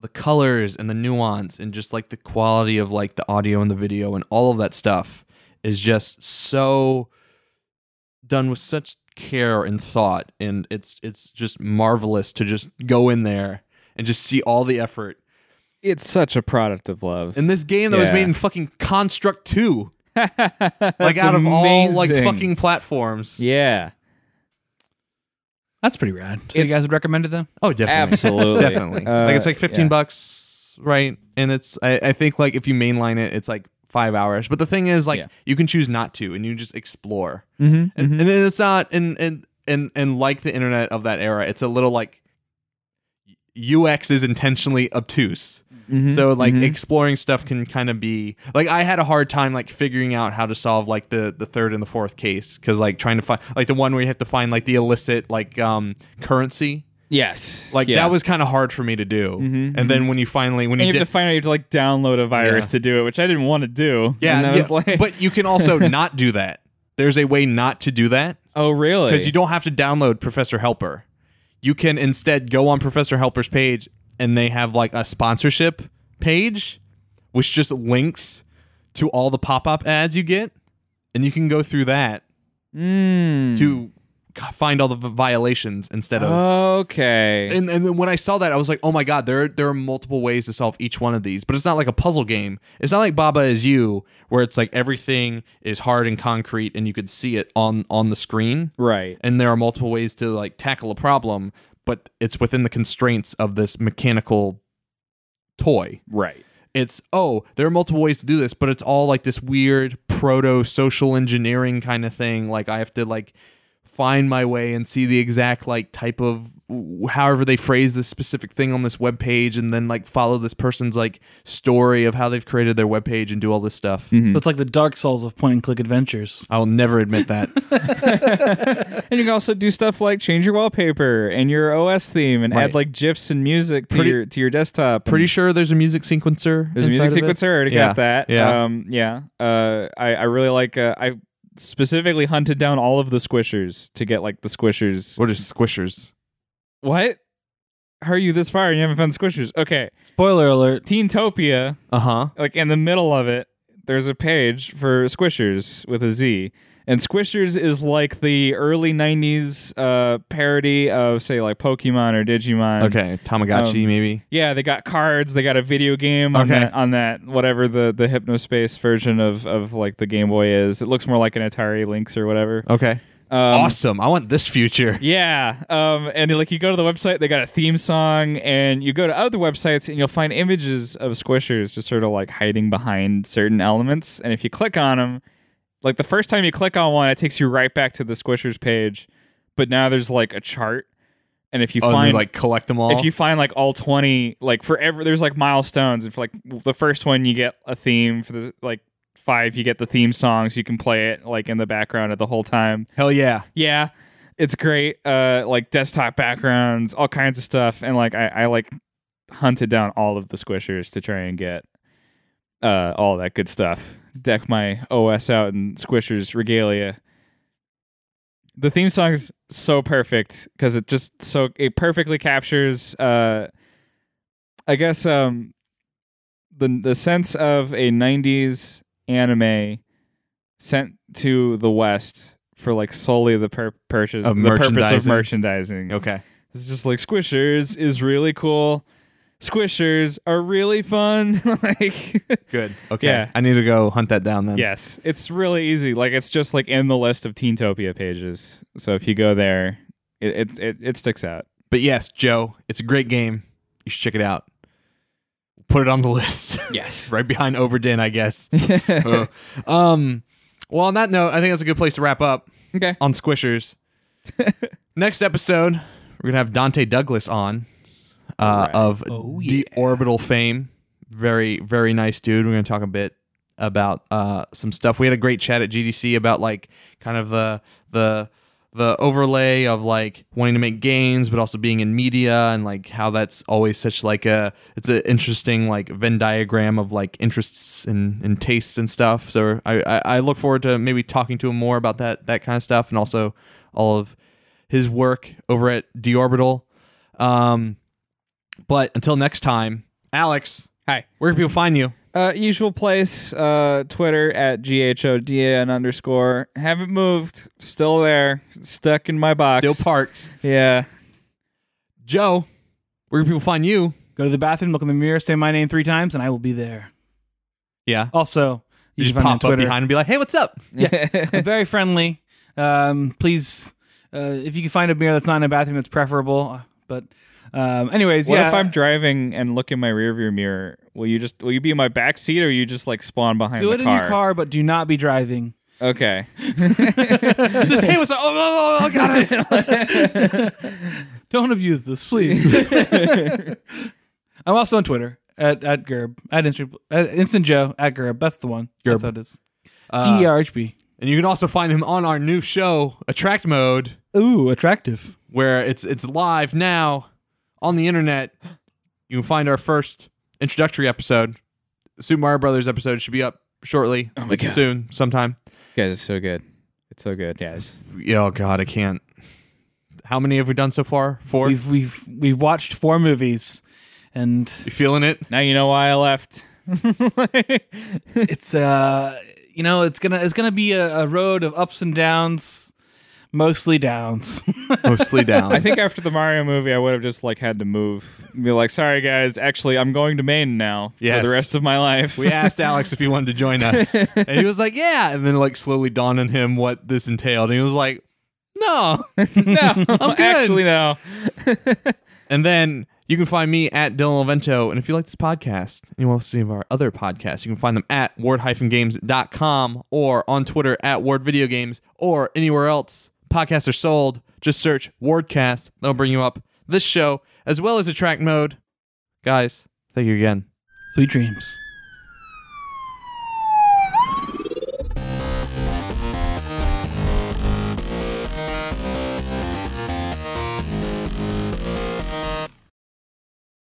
S1: the colors and the nuance and just like the quality of like the audio and the video and all of that stuff is just so done with such care and thought and it's it's just marvelous to just go in there and just see all the effort
S2: It's such a product of love.
S1: in this game that was
S2: Yeah.
S1: made in fucking construct 2
S2: like
S1: like out of all like fucking platforms
S2: Yeah.
S3: That's pretty rad. So you
S2: It's-
S3: guys would recommend it then?
S1: oh definitely
S2: Absolutely.
S1: definitely
S2: Uh,
S1: like it's like 15
S2: yeah.
S1: bucks right and it's I, I think like if you mainline it it's like five hours but the thing is like
S2: Yeah.
S1: you can choose not to and you just explore
S2: Mhm,
S1: and, and it's not and and and and like the internet of that era it's a little like ux is intentionally obtuse
S2: mhm,
S1: so like
S2: mhm.
S1: exploring stuff can kind of be like i had a hard time like figuring out how to solve like the the third and the fourth case because like trying to find like the one where you have to find like the illicit like um currency
S2: yes.
S1: like
S2: Yeah. Mm-hmm,
S1: that was kind of hard for me to do and then when you finally when
S2: And you
S1: you, did
S2: have to find out you have to like download a virus
S1: Yeah.
S2: to do it, which I didn't want to do.
S1: yeah,
S2: And I
S1: yeah,
S2: was like,
S1: but you can also not do that there's a way not to do that
S2: oh really?
S1: because you don't have to download Professor Helper. You can instead go on Professor Helper's page, and they have like a sponsorship page, which just links to all the pop up ads you get, and you can go through that
S2: Mm.
S1: to find all the v- violations instead
S2: Oh.
S1: of
S2: Okay.
S1: and and then when I saw that, I was like, oh my god, there there are multiple ways to solve each one of these. But it's not like a puzzle game. It's not like Baba is you, where it's like everything is hard and concrete, and you could see it on on the screen.
S2: right.
S1: And there are multiple ways to like tackle a problem, but it's within the constraints of this mechanical toy.
S2: Right.
S1: It's oh, there are multiple ways to do this, but it's all like this weird proto social engineering kind of thing. Like I have to like find my way and see the exact like type of however they phrase this specific thing on this web page and then like follow this person's like story of how they've created their web page and do all this stuff.
S2: Hmm.
S3: So it's like the Dark Souls of point and click adventures.
S1: I'll never admit that.
S2: And you can also do stuff like change your wallpaper and your OS theme and add
S1: Right.
S2: like GIFs and music to
S1: Pretty-
S2: your to your desktop. and-
S1: Pretty sure there's a music sequencer.
S2: There's a
S1: inside
S2: music
S1: of it.
S2: sequencer. I already
S1: Yeah,
S2: got that.
S1: yeah.
S2: Um, yeah. Uh, I, I really like. Uh, I specifically hunted down all of the squishers to get like the squishers.
S1: What are squishers?
S2: What? How are you this far and you haven't found squishers? Okay.
S3: Spoiler alert.
S2: Teentopia,
S1: Uh huh.
S2: like in the middle of it, there's a page for squishers with a Z. And Squishers is like the early '90s uh, parody of, say, like Pokemon or Digimon.
S1: Okay, Tamagotchi
S2: Um,
S1: maybe.
S2: Yeah, they got cards. They got a video game on
S1: Okay.
S2: that on that whatever the the hypnospace version of of like the Game Boy is. It looks more like an Atari Lynx or whatever.
S1: Okay.
S2: Um,
S1: awesome. I want this future.
S2: Yeah, um, and like you go to the website, they got a theme song, and you go to other websites, and you'll find images of squishers just sort of like hiding behind certain elements. And if you click on them, like the first time you click on one, it takes you right back to the squishers page. But now there's like a chart, and if you
S1: Oh, and
S2: find
S1: there's, like collect them all.
S2: if you find like all 20 like for every there's like milestones and for like the first one you get a theme for the like five you get the theme songs you can play it like in the background at the whole time
S1: Hell yeah.
S2: yeah it's great uh like desktop backgrounds all kinds of stuff and like i, I like hunted down all of the squishers to try and get uh all that good stuff deck my os out in squishers regalia the theme song is so perfect because it just so it perfectly captures uh i guess um the the sense of a 90s anime sent to the west for like solely the pur- purchase
S1: Of
S2: the purpose of
S1: merchandising.
S2: merchandising
S1: Okay.
S2: it's just like squishers is really cool squishers are really fun like
S1: Good. Okay.
S2: Yeah.
S1: I need to go hunt that down then.
S2: Yes, it's really easy. Like it's just like in the list of Teentopia pages. So if you go there, it it it, it sticks out.
S1: But yes, Joe, it's a great game. You should check it out. Put it on the list.
S2: Yes.
S1: right behind Overdin, I guess. Uh, um well on that note, I think that's a good place to wrap up
S2: Okay.
S1: on Squishers. Next episode, we're gonna have Dante Douglas on uh,
S2: Alright.
S1: of
S3: Oh,
S1: the orbital fame. Very, very nice dude. We're gonna talk a bit about uh, some stuff. We had a great chat at GDC about like kind of the the the overlay of like wanting to make games but also being in media and like how that's always such like a it's an interesting like venn diagram of like interests and, and tastes and stuff so I, I i look forward to maybe talking to him more about that that kind of stuff and also all of his work over at deorbital um but until next time alex
S2: Hi.
S1: where can people find you
S2: Uh, usual place. Uh, Twitter at g h o d a n underscore. Haven't moved. Still there. Stuck in my box.
S1: still parked
S2: yeah.
S1: joe where can people find you
S3: Go to the bathroom, look in the mirror, say my name three times, and I will be there.
S1: yeah
S3: Also,
S1: Oh, you
S3: can
S1: just
S3: find me on
S1: pop up
S3: Twitter.
S1: behind and be like hey what's up
S3: I'm very friendly. Um, please, uh, if you can find a beer that's not in a bathroom, that's preferable. Uh, But, um, anyways,
S2: What
S3: yeah.
S2: if I'm driving and look in my rearview mirror? Will you just will you be in my back seat or you just like spawn behind
S3: do
S2: the
S3: it in your car, but do not be driving.
S2: Okay.
S1: just hey what's up oh, oh, oh, oh god I-
S3: Don't abuse this, please. I'm also on Twitter at at Gerb at instant at instant Joe at Gerb. That's the one.
S1: Gerb.
S3: That's how it is.
S1: Uh,
S3: G E R H B.
S1: And you can also find him on our new show, Attract Mode,
S3: Ooh, attractive.
S1: where it's it's live now on the internet. You can find our first introductory episode. Super Mario Brothers episode should be up shortly. Oh
S2: my God.
S1: Soon, sometime.
S2: Guys, it's so good. It's so good. Guys.
S1: Oh god, I can't. How many have we done so far? 4
S3: We've we've we've watched four movies, and
S1: you feeling it?
S2: Now you know why I left.
S3: it's uh you know it's gonna it's gonna be a, a road of ups and downs. mostly downs.
S1: mostly down.
S2: I think after the Mario movie, I would have just like had to move, be like, "Sorry guys, actually, I'm going to Maine now
S1: Yes.
S2: for the rest of my life."
S1: we asked Alex if he wanted to join us, and he was like, "Yeah." And then like slowly dawned on him what this entailed, and he was like, "No."
S2: no,
S1: good.
S2: actually no.
S1: And then you can find me at Dylan Levento. And if you like this podcast and you want to listen to any of our other podcasts, you can find them at word-games.com or on Twitter at Word Video Games or anywhere else. Podcasts are sold. Just search Wordcast. That'll bring you up this show as well as a track mode. Guys, thank you again.
S3: Sweet dreams.